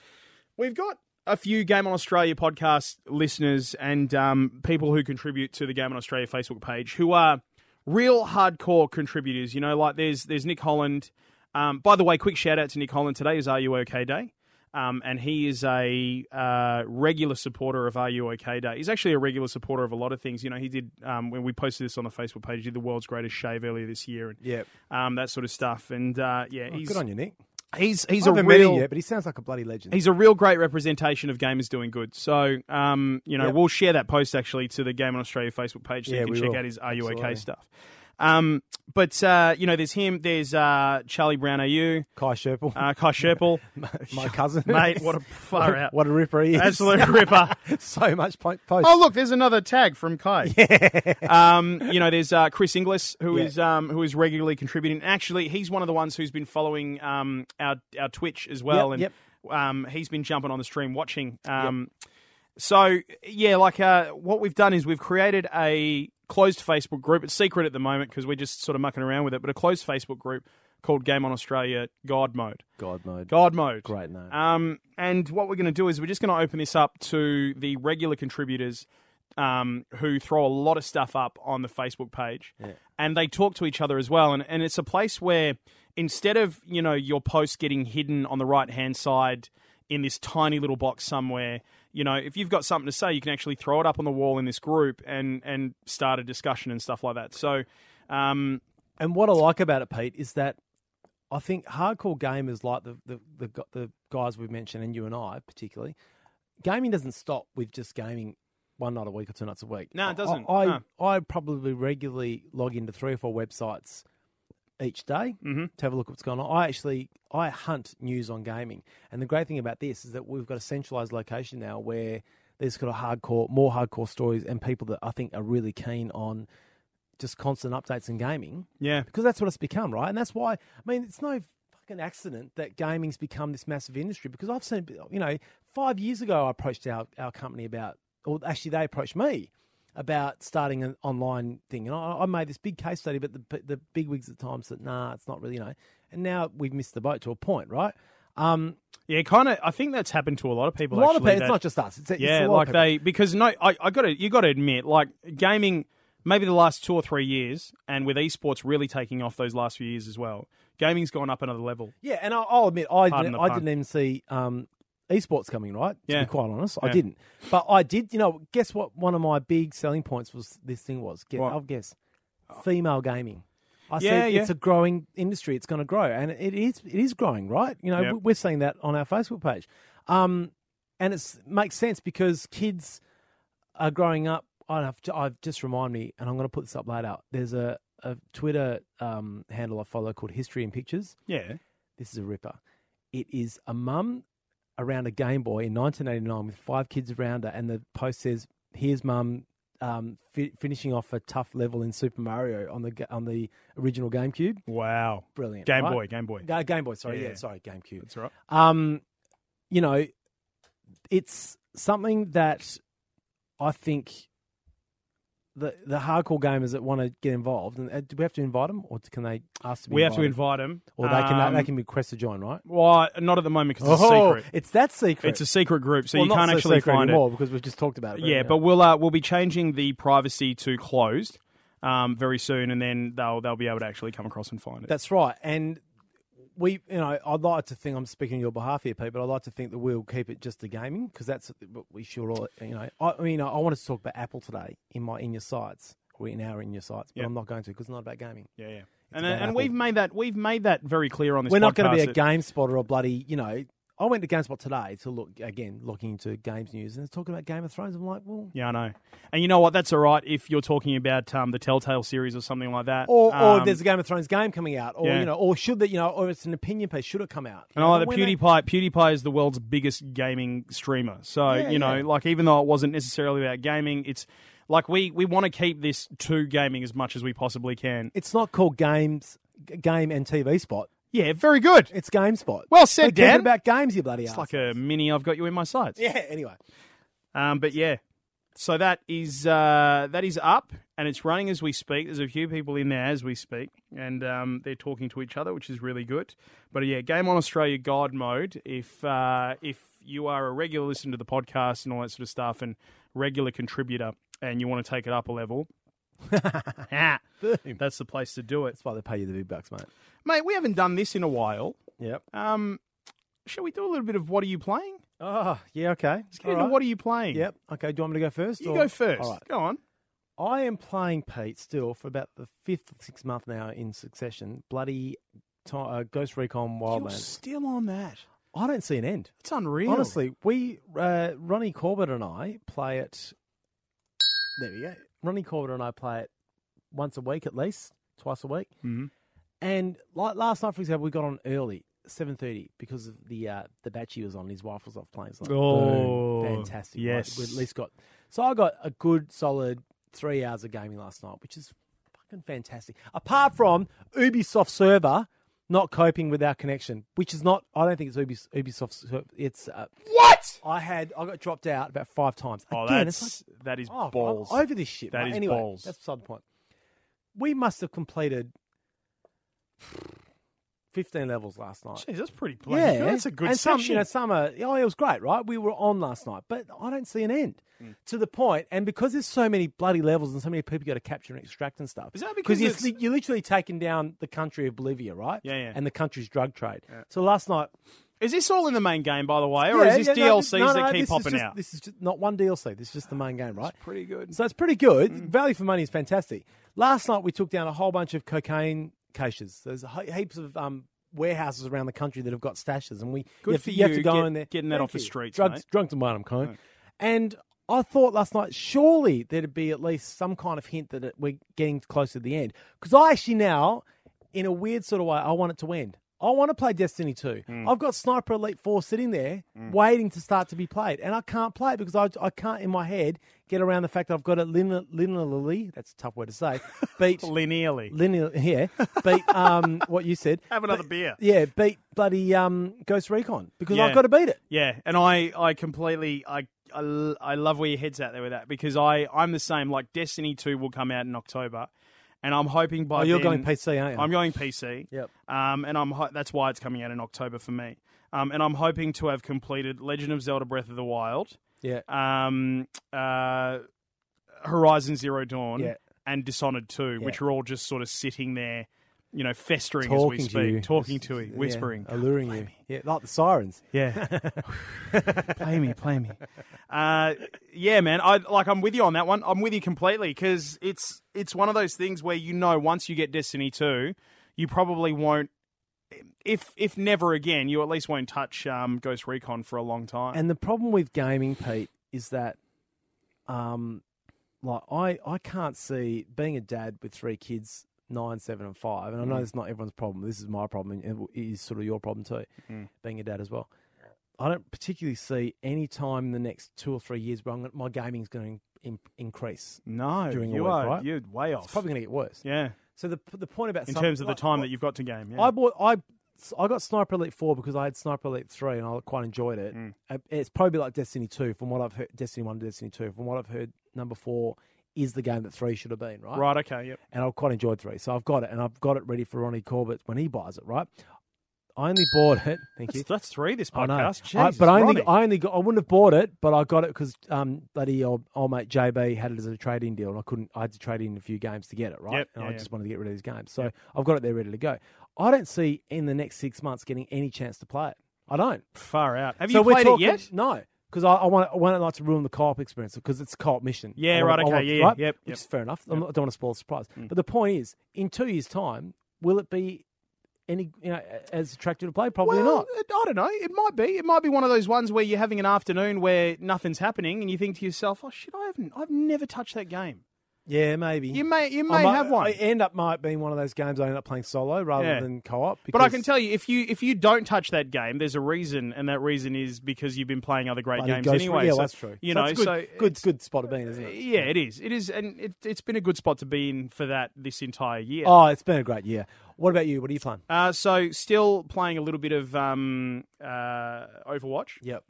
A: we've got a few Game on Australia podcast listeners and um, people who contribute to the Game on Australia Facebook page who are real hardcore contributors. You know, like there's there's Nick Holland. Um, by the way, quick shout out to Nick Holland. Today is Are You OK Day. Um, and he is a uh, regular supporter of Are You OK Day. He's actually a regular supporter of a lot of things. You know, he did um, when we posted this on the Facebook page. He did the world's greatest shave earlier this year, and
B: Yep. Oh,
A: um, that sort of stuff. And uh, yeah, he's
B: Good on you, Nick.
A: he's he's a
B: I haven't met him
A: real
B: yet, but he sounds like a bloody legend.
A: he's a real great representation of gamers doing good. So um, you know,
B: Yep.
A: we'll share that post actually to the Game on Australia Facebook page so
B: Yeah,
A: you can
B: we
A: check
B: will.
A: out his Are You OK
B: Absolutely.
A: stuff. Um, but uh, you know, there's him. There's uh, Charlie Brown. Au,
B: Kai Sherple,
A: uh, Kai Sherple?
B: my cousin.
A: Mate, what a far out.
B: What a ripper he is.
A: Absolute ripper.
B: so much po- post.
A: Oh look, there's another tag from Kai. um, you know, there's uh, Chris Inglis who is
B: Yeah.
A: um, who is regularly contributing. Actually, he's one of the ones who's been following um, our our Twitch as well,
B: Yep,
A: and um, he's been jumping on the stream watching. Um, So yeah, like uh, what we've done is we've created a closed Facebook group. It's secret at the moment because we're just sort of mucking around with it, but a closed Facebook group called Game on Australia God Mode.
B: God mode.
A: God mode.
B: Great name.
A: Um, and what we're going to do is we're just going to open this up to the regular contributors um, who throw a lot of stuff up on the Facebook page. And they talk to each other as well. And, and it's a place where instead of, you know, your post getting hidden on the right hand side in this tiny little box somewhere, you know, if you've got something to say, you can actually throw it up on the wall in this group and, and start a discussion and stuff like that. So, um,
B: And what I like about it, Pete, is that I think hardcore gamers like the the the, gu- the guys we've mentioned, and you and I particularly, gaming doesn't stop with just gaming one night a week or two nights a week.
A: No, it
B: I-
A: doesn't.
B: I I,
A: No.
B: I probably regularly log into three or four websites each day
A: Mm-hmm.
B: to have a look at what's going on. I actually I hunt news on gaming, and the great thing about this is that we've got a centralized location now where there's kind of hardcore, more hardcore stories, and people that I think are really keen on just constant updates in gaming
A: yeah.
B: because that's what it's become, right? And that's why, I mean, it's no fucking accident that gaming's become this massive industry because I've seen, you know, five years ago I approached our, our company about, or actually they approached me about starting an online thing. And I, I made this big case study, but the, the big wigs at the time said, nah, it's not really, you know, and now we've missed the boat to a point, right? Um,
A: Yeah, kind of. I think that's happened to a lot of people.
B: a lot of
A: actually,
B: people, it's
A: that-
B: not just us. It's, it's
A: Yeah,
B: a lot
A: like
B: of people.
A: they because no, I, I got to you got to admit, like gaming, maybe the last two or three years, and with esports really taking off those last few years as well, gaming's gone up another level.
B: Yeah, and I'll, I'll admit, I
A: Pardon
B: didn't,
A: the
B: I
A: pun.
B: didn't even see um, esports coming, right? To
A: Yeah.
B: be quite honest, I
A: Yeah.
B: didn't. But I did, you know, guess what? One of my big selling points was this thing was, guess,
A: What?
B: I'll guess, female gaming. I
A: Yeah,
B: said
A: yeah.
B: it's a growing industry. It's going to grow, and it is. It is growing, right? You know,
A: Yep.
B: we're seeing that on our Facebook page, um, and it makes sense because kids are growing up. I have to, I've just remind me, and I'm going to put this up later. There's a, a Twitter um, handle I follow called History and Pictures
A: Yeah,
B: this is a ripper. It is a mum around a Game Boy in 1989 with five kids around her, and the post says, "Here's mum um, fi- finishing off a tough level in Super Mario on the ga- on the original GameCube."
A: wow,
B: Brilliant.
A: Game
B: right?
A: Boy, Game Boy.
B: Ga- Game Boy. Sorry,
A: Yeah.
B: yeah, sorry, GameCube
A: That's right.
B: um, you know, it's something that I think the the hardcore gamers that want to get involved, and uh, do we have to invite them, or can they ask to be
A: We have to um,
B: invited?
A: invite them,
B: or they can they can request to join, right?
A: Well, not at the moment because it's
B: Oh,
A: a secret.
B: it's that secret.
A: It's a secret group, so
B: Well,
A: you
B: not
A: can't
B: so
A: actually
B: secret
A: find it.
B: anymore because we've just talked about it.
A: Yeah, but we'll uh, we'll be changing the privacy to closed um, very soon, and then they'll they'll be able to actually come across and find it.
B: That's right. And we, you know, I'd like to think I'm speaking on your behalf here, Pete, but I'd like to think that we'll keep it just to gaming because that's what we should all, you know. I, I mean, I wanted to talk about Apple today in my in your sights or in our in your sights, but
A: Yeah.
B: I'm not going to because it's not about gaming.
A: yeah, yeah. And,
B: about
A: and
B: Apple.
A: we've made that we've made that very clear on this.
B: We're not going to be
A: podcast
B: a
A: that-
B: GameSpot or a bloody, you know. I went to GameSpot today to look again, looking into games news, and it's talking about Game of Thrones. I'm like, well,
A: Yeah, I know. And you know what? That's all right if you're talking about um, the Telltale series or something like that.
B: or,
A: Um,
B: or there's a Game of Thrones game coming out, or
A: yeah.
B: you know, or should that, you know, or it's an opinion piece. Should it come out?
A: And I like that
B: When they-
A: PewDiePie. PewDiePie is the world's biggest gaming streamer. So
B: Yeah,
A: you know,
B: yeah.
A: like even though it wasn't necessarily about gaming, it's like we we want to keep this to gaming as much as we possibly can.
B: It's not called games, g- game and TV spot.
A: Yeah, very good.
B: It's GameSpot.
A: Well said,
B: We're talking
A: Dan.
B: about games, you bloody
A: It's
B: ass.
A: like a mini. I've got you in my sights.
B: yeah. Anyway,
A: Um, but yeah, so that is uh, that is up and it's running as we speak. There's a few people in there as we speak, and um, they're talking to each other, which is really good. But yeah, Game on Australia God mode. If uh, if you are a regular listener to the podcast and all that sort of stuff, and regular contributor, and you want to take it up a level. ah, that's the place to do it,
B: that's why they pay you the big bucks, mate.
A: mate. We haven't done this in a while.
B: Yep.
A: Um, shall we do a little bit of what are you playing?
B: Oh, yeah. Okay.
A: Let's get into what are you playing.
B: Yep. Okay. Do you want me to go first?
A: you
B: or-
A: go first.
B: All right.
A: Go on.
B: I am playing Pete still for about the fifth, sixth month now in succession. Bloody ti uh, Ghost Recon
A: You're
B: Wildlands.
A: still on that.
B: I don't see an end.
A: It's unreal.
B: Honestly, we uh, Ronnie Corbett and I play it. There we go. Ronnie Corbett and I play it once a week at least. twice a week.
A: Mm-hmm.
B: And like last night, for example, we got on early, seven thirty, because of the uh, the batch he was on. His wife was off playing. So
A: Oh,
B: fantastic! Like,
A: yes.
B: we at least got. So I got a good solid three hours of gaming last night, which is fucking fantastic. Apart from Ubisoft server not coping with our connection, which is not. I don't think it's Ubis, Ubisoft. ser- It's uh,
A: What?
B: I had. I got dropped out about five times.
A: Oh,
B: Again, it's like-
A: that's that is
B: Oh, I'm
A: balls.
B: over this shit.
A: That
B: mate.
A: is
B: anyway,
A: balls.
B: That's beside the point. We must have completed fifteen levels last night.
A: Jeez, that's pretty bloody
B: yeah,
A: good. That's a good
B: and some,
A: session.
B: you know, some are, oh, it was great, right? We were on last night, but I don't see an end
A: Hmm.
B: to the point. And because there's so many bloody levels and so many people you got to capture and extract and stuff,
A: Is that because
B: you're,
A: it's-
B: li- you're literally taking down the country of Bolivia, right?
A: Yeah, yeah.
B: and the country's drug trade. So last night,
A: is this all in the main game, by the way, or
B: yeah,
A: is this
B: yeah, no,
A: DLCs
B: no, no,
A: that
B: this
A: keep
B: is
A: popping
B: just-
A: out?
B: This is just not one DLC. This is just the main game, right?
A: pretty good. Mm.
B: So it's pretty good. Value for money is fantastic. Last night we took down a whole bunch of cocaine caches. There's he- heaps of um, warehouses around the country that have got stashes, and we
A: Good
B: you have,
A: for
B: to- you have to
A: you,
B: go
A: get-
B: in there
A: getting that
B: Thank
A: off the
B: you.
A: streets,
B: Drugs,
A: mate.
B: drunks and wine, I'm kind. And I thought last night surely there'd be at least some kind of hint that it, we're getting close to the end because I actually now, in a weird sort of way, I want it to end. I want to play Destiny 2.
A: Mm.
B: I've got Sniper Elite 4 sitting there waiting to start to be played, and I can't play it because I, I can't, in my head, get around the fact that I've got it linear, linearly, that's a tough word to say, beat,
A: Linearly.
B: linear, yeah, beat um, what you said.
A: Have another beer.
B: Yeah, beat bloody um, Ghost Recon because
A: Yeah.
B: I've got to beat it.
A: Yeah, and I, I completely, I, I, l- I love where your head's at there with that because I, I'm the same. Like Destiny Two will come out in October, and I'm hoping by
B: Oh, you're
A: then-
B: going PC, aren't you?
A: I'm going PC.
B: Yep.
A: Um, and I'm ho- that's why it's coming out in October for me. Um, and I'm hoping to have completed Legend of Zelda: Breath of the Wild,
B: yeah.
A: um, uh, Horizon Zero Dawn,
B: Yeah.
A: and Dishonored Two, which are all just sort of sitting there, you know, festering as we
B: Talking to you.
A: speak, talking
B: It's-
A: to you,
B: yeah,
A: whispering,
B: alluring you. Yeah, like the sirens.
A: Yeah. play me, play me. Uh, yeah, man. I like. I'm with you on that one. I'm with you completely because it's it's one of those things where you know once you get Destiny two, you probably won't. If if never again, you at least won't touch um, Ghost Recon for a long time.
B: And the problem with gaming, Pete, is that, um, like I I can't see being a dad with three kids, nine, seven, and five. And I know
A: Mm.
B: it's not everyone's problem. This is my problem, and it is sort of your problem too,
A: Mm.
B: being a dad as well. I don't particularly see any time in the next two or three years where I'm, gonna- my gaming is going to in, increase.
A: no,
B: during a
A: you
B: week,
A: are
B: right?
A: you're way off.
B: It's probably going to get worse.
A: Mm. yeah,
B: So the the point about
A: in
B: some-
A: terms of the
B: like-
A: time that you've got to game. Yeah.
B: I bought I I got Sniper Elite Four because I had Sniper Elite Three and I quite enjoyed it. Uh, It's probably like Destiny Two from what I've heard. Destiny One, to Destiny Two from what I've heard. Number four is the game that three should have been, right?
A: right. Okay. Yep.
B: And I quite enjoyed three, so I've got it and I've got it ready for Ronnie Corbett when he buys it, right? I only bought it. Thank you.
A: That's, that's three. This
B: I know,
A: podcast.
B: I-
A: Jesus,
B: but I only,
A: Ronnie.
B: I only got, I wouldn't have bought it, but I got it because um, bloody old, old mate JB had it as a trade-in deal, and I couldn't. I had to trade in a few games to get it right,
A: Yep,
B: and
A: yeah,
B: I
A: yeah.
B: just wanted to get rid of these games, so I've got it there ready to go. I don't see in the next six months getting any chance to play it. I don't.
A: far out. Have
B: so
A: you
B: we're
A: played
B: talking,
A: it yet?
B: No, because I, I want I want it not to ruin the co-op experience because it's a co-op mission.
A: Yeah,
B: I wanna-
A: right,
B: I
A: okay,
B: want-
A: yeah, yeah,
B: right?
A: yep,
B: Which
A: yep. Mm.
B: is fair enough. I'm not- I don't want to spoil the surprise. But the point is, in two years' time, will it be any you know a- as attractive to play? Probably
A: well,
B: not.
A: it- I don't know. It might be. It might be one of those ones where you're having an afternoon where nothing's happening, and you think to yourself, "Oh shit, I haven't. I've never touched that game."
B: Yeah, maybe
A: You may. You
B: I
A: may
B: might-
A: have one.
B: I end up might being one of those games I end up playing solo rather
A: Yeah.
B: than co-op.
A: but I
B: because
A: can tell you, if you if you don't touch that game, there's a reason, and that reason is because you've been playing other great
B: bloody
A: games
B: Ghost-
A: anyway.
B: Yeah,
A: so,
B: that's true.
A: You
B: So
A: know,
B: it's good,
A: so
B: good, good spot of being, isn't it?
A: yeah, it is. It is, and it, it's been a good spot to be in for that this entire year.
B: Oh, it's been a great year. What about you? What are you playing?
A: Uh, so, still playing a little bit of um, uh, Overwatch.
B: Yep.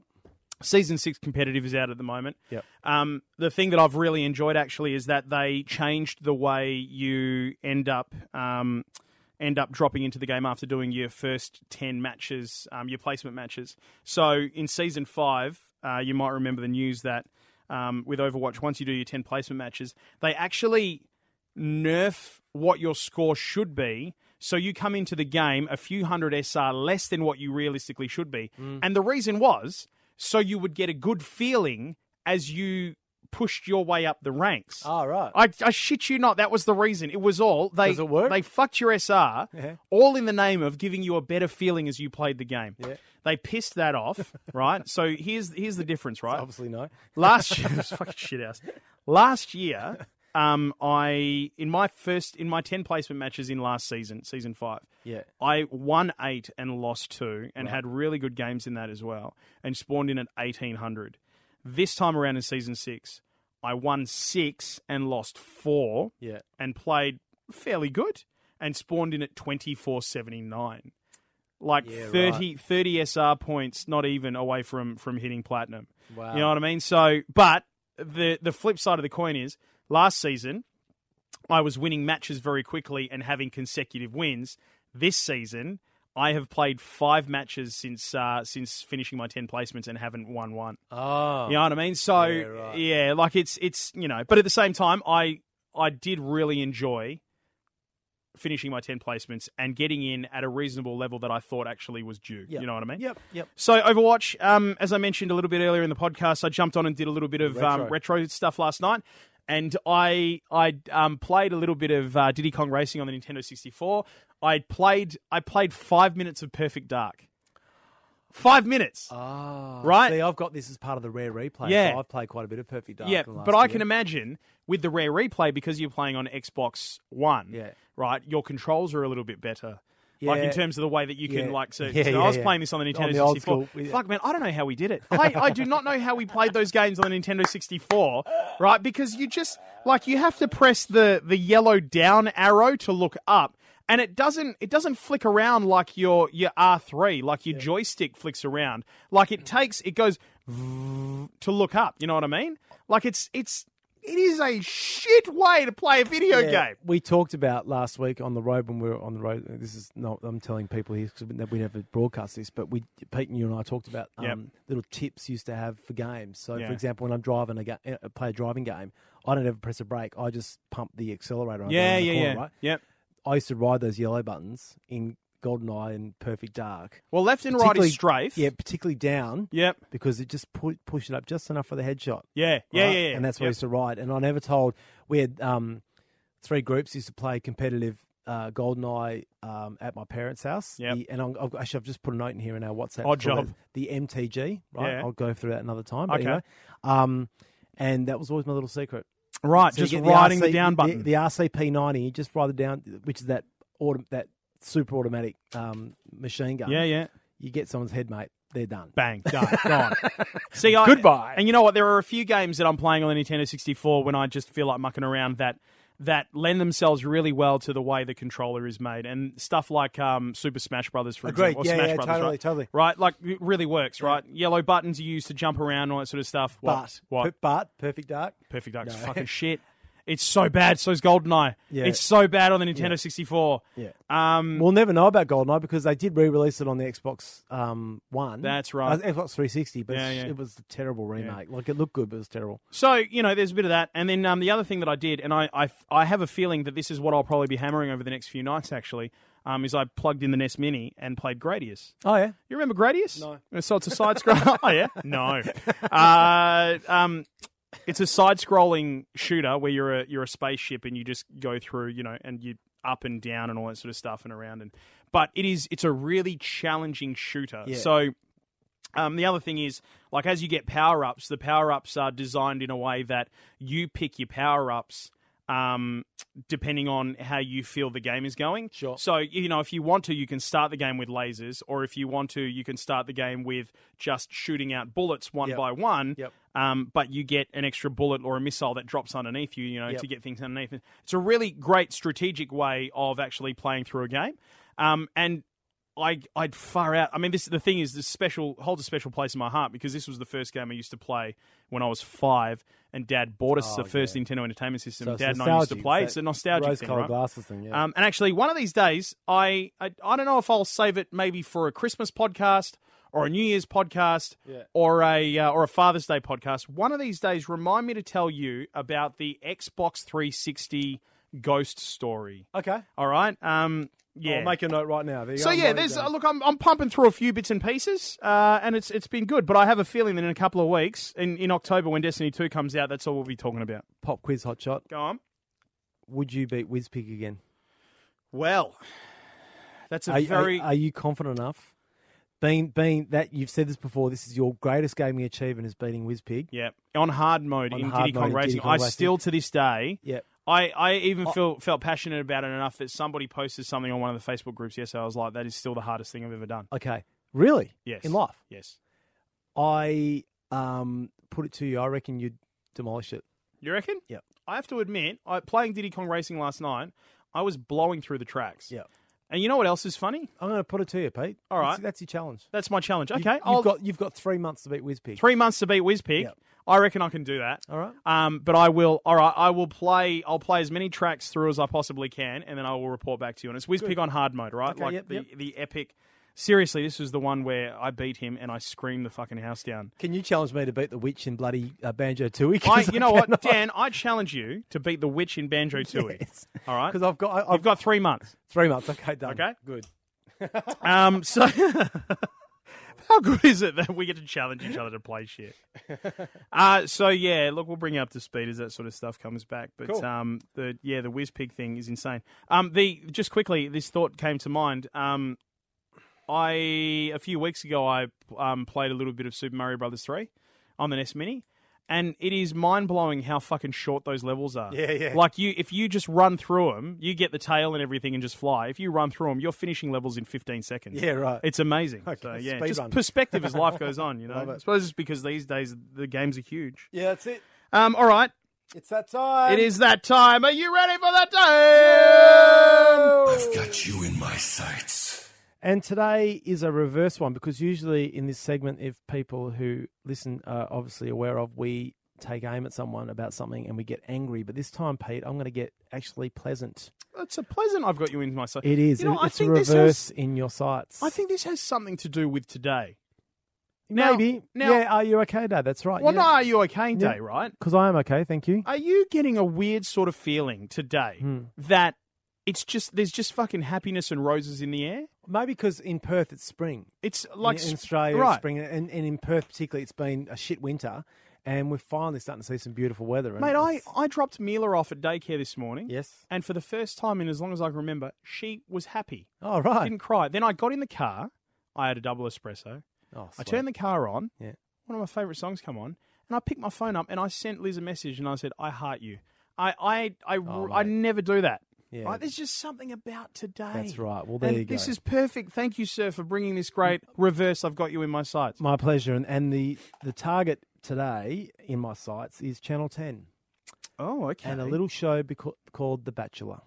A: season six competitive is out at the moment.
B: Yep.
A: Um, the thing that I've really enjoyed actually is that they changed the way you end up um, end up dropping into the game after doing your first ten matches, um, your placement matches. So in season five, uh, you might remember the news that um, with Overwatch, once you do your ten placement matches, they actually nerf what your score should be. So you come into the game a few hundred SR less than what you realistically should be.
B: Mm.
A: And the reason was so you would get a good feeling as you pushed your way up the ranks.
B: All right.
A: I, I shit you not, that was the reason. It was all they
B: Does it work?
A: they fucked your SR
B: Yeah.
A: all in the name of giving you a better feeling as you played the game.
B: Yeah.
A: They pissed that off, right? So here's here's the difference, right?
B: Obviously no.
A: Last year, it's fucking shit house. Last year, um, I in my first in my ten placement matches in last season, season five,
B: Yeah.
A: I won eight and lost two, and had really good games in that as well, and spawned in at eighteen hundred. This time around in season six, I won six and lost four,
B: Yeah.
A: and played fairly good, and spawned in at twenty four seventy nine. Like
B: Yeah,
A: thirty thirty 30, SR points, not even away from from hitting platinum.
B: Wow.
A: You know what I mean? So, but the the flip side of the coin is last season I was winning matches very quickly and having consecutive wins. This season I have played five matches since uh, since finishing my ten placements and haven't won one.
B: Oh.
A: You know what I mean? So yeah,
B: Yeah, right.
A: like it's it's you know, but at the same time, I I did really enjoy finishing my ten placements and getting in at a reasonable level that I thought actually was due.
B: Yep.
A: You know what I mean?
B: Yep. Yep.
A: So Overwatch, um, as I mentioned a little bit earlier in the podcast, I jumped on and did a little bit of retro, um,
B: Retro.
A: retro stuff last night, and I I um, played a little bit of uh, Diddy Kong Racing on the Nintendo sixty four. I played I played five minutes of Perfect Dark. Five minutes.
B: Ah.
A: Right?
B: See, I've got this as part of the rare replay.
A: Yeah.
B: So I've played quite a bit of Perfect Dark.
A: Yeah,
B: in the last
A: but I
B: year.
A: can imagine with the rare replay because you're playing on Xbox One.
B: Yeah.
A: right. Your controls are a little bit better. Like in
B: Yeah.
A: terms of the way that you can
B: Yeah.
A: like so,
B: Yeah,
A: so
B: yeah,
A: I was
B: yeah.
A: playing this on the Nintendo
B: On the old
A: 64.
B: school, yeah.
A: Fuck man, I don't know how we did it. I, I do not know how we played those games on the Nintendo 64, right? Because you just like you have to press the the yellow down arrow to look up and it doesn't it doesn't flick around like your your R3, like your joystick flicks around. Like it takes it goes to look up. You know what I mean? Like it's it's it is a shit way to play a video
B: Yeah,
A: game.
B: We talked about last week on the road when we were on the road. This is not. I'm telling people here because we never broadcast this, but we Pete and you and I talked about um,
A: Yep.
B: little tips you used to have for games. So,
A: Yeah.
B: for example, when I'm driving a ga- uh, play a driving game, I don't ever press a brake. I just pump the accelerator. and I go
A: Yeah,
B: around the
A: yeah,
B: corner,
A: yeah.
B: Right?
A: Yep.
B: I used to ride those yellow buttons in Goldeneye and Perfect Dark.
A: Well, left and right
B: Particularly-
A: is strafe.
B: Yeah, particularly down
A: Yep.
B: because it just pu- pushed it up just enough for the headshot
A: Yeah. Yeah. Yeah.
B: right?
A: yeah.
B: And that's what I
A: yep.
B: used to ride. And I never told we had um, three groups used to play competitive uh, GoldenEye um, at my parents' house.
A: Yep.
B: The- and I'm, I've, actually, I've just put a note in here in our WhatsApp.
A: Odd
B: for
A: job.
B: The, the MTG, right?
A: Yeah.
B: I'll go through that another time. But
A: Okay.
B: Anyway, um, and that was always my little secret.
A: right.
B: So you
A: just
B: get
A: riding the,
B: RC
A: down button.
B: The, RCP ninety, you just ride the down, which is that auto, that super automatic um, machine gun.
A: yeah. Yeah.
B: You get someone's head, mate. They're done.
A: Bang. Done. gone. See. I,
B: Goodbye.
A: And you know what? There are a few games that I'm playing on the Nintendo 64 when I just feel like mucking around that that lend themselves really well to the way the controller is made and stuff like um, Super Smash Brothers for
B: Agreed.
A: example. or
B: Yeah,
A: Smash
B: yeah,
A: Brothers,
B: totally,
A: right?
B: totally.
A: Right. Like it really works. Right. Yellow buttons you use to jump around and all that sort of stuff. What?
B: But,
A: what?
B: but perfect dark.
A: Perfect Dark's fucking shit. It's so bad. So's GoldenEye.
B: Yeah.
A: It's so bad on the Nintendo 64.
B: Yeah.
A: Um,
B: We'll never know about Goldeneye because they did re-release it on the Xbox um, One.
A: That's right.
B: Uh, Xbox 360, but
A: Yeah,
B: it's-
A: yeah.
B: it was a terrible remake. Like it looked good, but it was terrible.
A: so, you know, there's a bit of that. And then um, the other thing that I did, and I, I, I have a feeling that this is what I'll probably be hammering over the next few nights, actually, um, is I plugged in the NES Mini and played Gradius.
B: Oh yeah,
A: You remember Gradius? No. So it's a side scroll. oh yeah. No. Uh, um, it's a side-scrolling shooter where you're a you're a spaceship and you just go through, you know, and you up and down and all that sort of stuff and around and. But it is it's a really challenging shooter.
B: Yeah.
A: So. Um, the other thing is, like, as you get power ups, the power ups are designed in a way that you pick your power ups um, depending on how you feel the game is going.
B: Sure.
A: So, you know, if you want to, you can start the game with lasers, or if you want to, you can start the game with just shooting out bullets one
B: Yep.
A: by one.
B: Yep.
A: Um, but you get an extra bullet or a missile that drops underneath you, you know,
B: Yep.
A: to get things underneath. it. It's a really great strategic way of actually playing through a game. Um, and I I'd far out. I mean, this the thing is this special holds a special place in my heart because this was the first game I used to play when I was five, and Dad bought us the first Nintendo Entertainment System.
B: Oh, So it's
A: Dad and I used to
B: nostalgic.
A: play.
B: That
A: It's a nostalgic thing,
B: rose-colored
A: right?
B: glasses thing. Yeah.
A: Um, and actually, one of these days, I, I I don't know if I'll save it maybe for a Christmas podcast or a New Year's podcast or a uh, or a Father's Day podcast. One of these days, remind me to tell you about the Xbox 360 ghost story.
B: okay.
A: All right. Um. Yeah.
B: I'll Oh, make a note right now. There you
A: So
B: go. I'm
A: yeah,
B: writing
A: there's
B: down.
A: uh, look. I'm, I'm pumping through a few bits and pieces, uh, and it's it's been good. But I have a feeling that in a couple of weeks, in, in October when Destiny Two comes out, that's all we'll be talking about.
B: pop quiz hot shot.
A: Go on.
B: Would you beat Whizpig again?
A: Well, that's a
B: Are, you-
A: very
B: are, are you confident enough Being, being that you've said this before, this is your greatest gaming achievement is beating Whizpig.
A: Yep. On hard mode
B: On
A: in
B: hard
A: Diddy
B: mode
A: Kong
B: in
A: Racing.
B: Diddy Kong
A: I
B: Racing. Oh.
A: still to this day
B: Yep.
A: I, I even feel, felt passionate about it enough that somebody posted something on one of the Facebook groups yesterday. I was like, that is still the hardest thing I've ever done.
B: Okay. Really?
A: Yes.
B: In life,
A: Yes.
B: I um put it to you. I reckon you'd demolish it.
A: You reckon?
B: Yep.
A: I have to admit, I, playing Diddy Kong Racing last night, I was blowing through the tracks.
B: Yep.
A: And you know what else is funny?
B: I'm going to put it to you, Pete.
A: All
B: That's-
A: right.
B: That's, your challenge.
A: That's my challenge. Okay.
B: You- You've,
A: I'll,
B: got you've got three months to beat Whizpig.
A: three months to beat Whizpig.
B: Yep.
A: I reckon I can do that.
B: All right.
A: Um, but I will. All right. I will play. I'll play as many tracks through as I possibly can, and then I will report back to you. And it's Whizpig on hard mode, right?
B: Okay,
A: like
B: yep,
A: the
B: yep.
A: the epic. Seriously, this was the one where I beat him and I screamed the fucking house down.
B: Can you challenge me to beat the witch in bloody uh, Banjo Tooie?
A: I, you know what, Dan? I challenge you to beat the witch in Banjo Tooie. All right.
B: Because I've got I,
A: You've
B: I've got
A: got three months.
B: three months. Okay, done.
A: Okay.
B: good.
A: Um, so how good is it that we get to challenge each other to play shit? Uh, so yeah, look, we'll bring you up to speed as that sort of stuff comes back. But
B: Cool.
A: um, the yeah, the whiz pig thing is insane. Um, the just quickly, this thought came to mind. Um, I a few weeks ago I um, played a little bit of Super Mario Brothers three on the NES Mini. And it is mind blowing how fucking short those levels are.
B: Yeah, yeah.
A: Like you, if you just run through them, you get the tail and everything, and just fly. If you run through them, you're finishing levels in 15 seconds.
B: Yeah, right.
A: It's amazing. so,
B: Okay,
A: yeah,
B: speed
A: just
B: run.
A: perspective as life goes on. You know,
B: Love it.
A: I suppose it's because these days the games are huge.
B: Yeah, that's it.
A: Um, all right,
B: It's that time.
A: it is that time. Are you ready for that time?
D: Got you in my sights.
B: And today is a reverse one because usually in this segment, if people who listen are obviously aware of, we take aim at someone about something and we get angry. But this time, Pete, I'm going to get actually pleasant.
A: It's a pleasant. I've got you in my sight.
B: It is.
A: You know,
B: It-
A: I
B: it's a
A: think this
B: reverse
A: has.
B: in your sights.
A: I think this has something to do with today. now-
B: maybe.
A: now-
B: yeah. Are you okay, Dad? That's right.
A: Well, no,
B: yeah.
A: are you okay
B: Yeah.
A: day, right?
B: Because I am okay. Thank you.
A: Are you getting a weird sort of feeling today
B: Hmm.
A: that it's just there's just fucking happiness and roses in the air?
B: Maybe because in Perth it's spring.
A: It's like
B: in, in Australia,
A: right?
B: it's spring, and, and in Perth particularly, it's been a shit winter, and we're finally starting to see some beautiful weather. and
A: Mate, I,
B: it's-
A: I dropped Mila off at daycare this morning.
B: yes.
A: And for the first time in as long as I can remember, she was happy.
B: Oh right.
A: Didn't cry. Then I got in the car. I had a double espresso.
B: Oh,
A: I turned the car on.
B: Yeah.
A: One of my favourite songs come on. And I picked my phone up and I sent Liz a message and I said, I heart you. I I I,
B: Oh,
A: I
B: mate.
A: never do that.
B: Yeah.
A: Right? There's just something about today.
B: That's right. Well, there
A: and
B: you go.
A: This is perfect. Thank you, sir, for bringing this great reverse. I've got you in my sights.
B: My pleasure. And, and the, the target today in my sights is Channel 10
A: Oh, okay.
B: and a little show beca- called The Bachelor.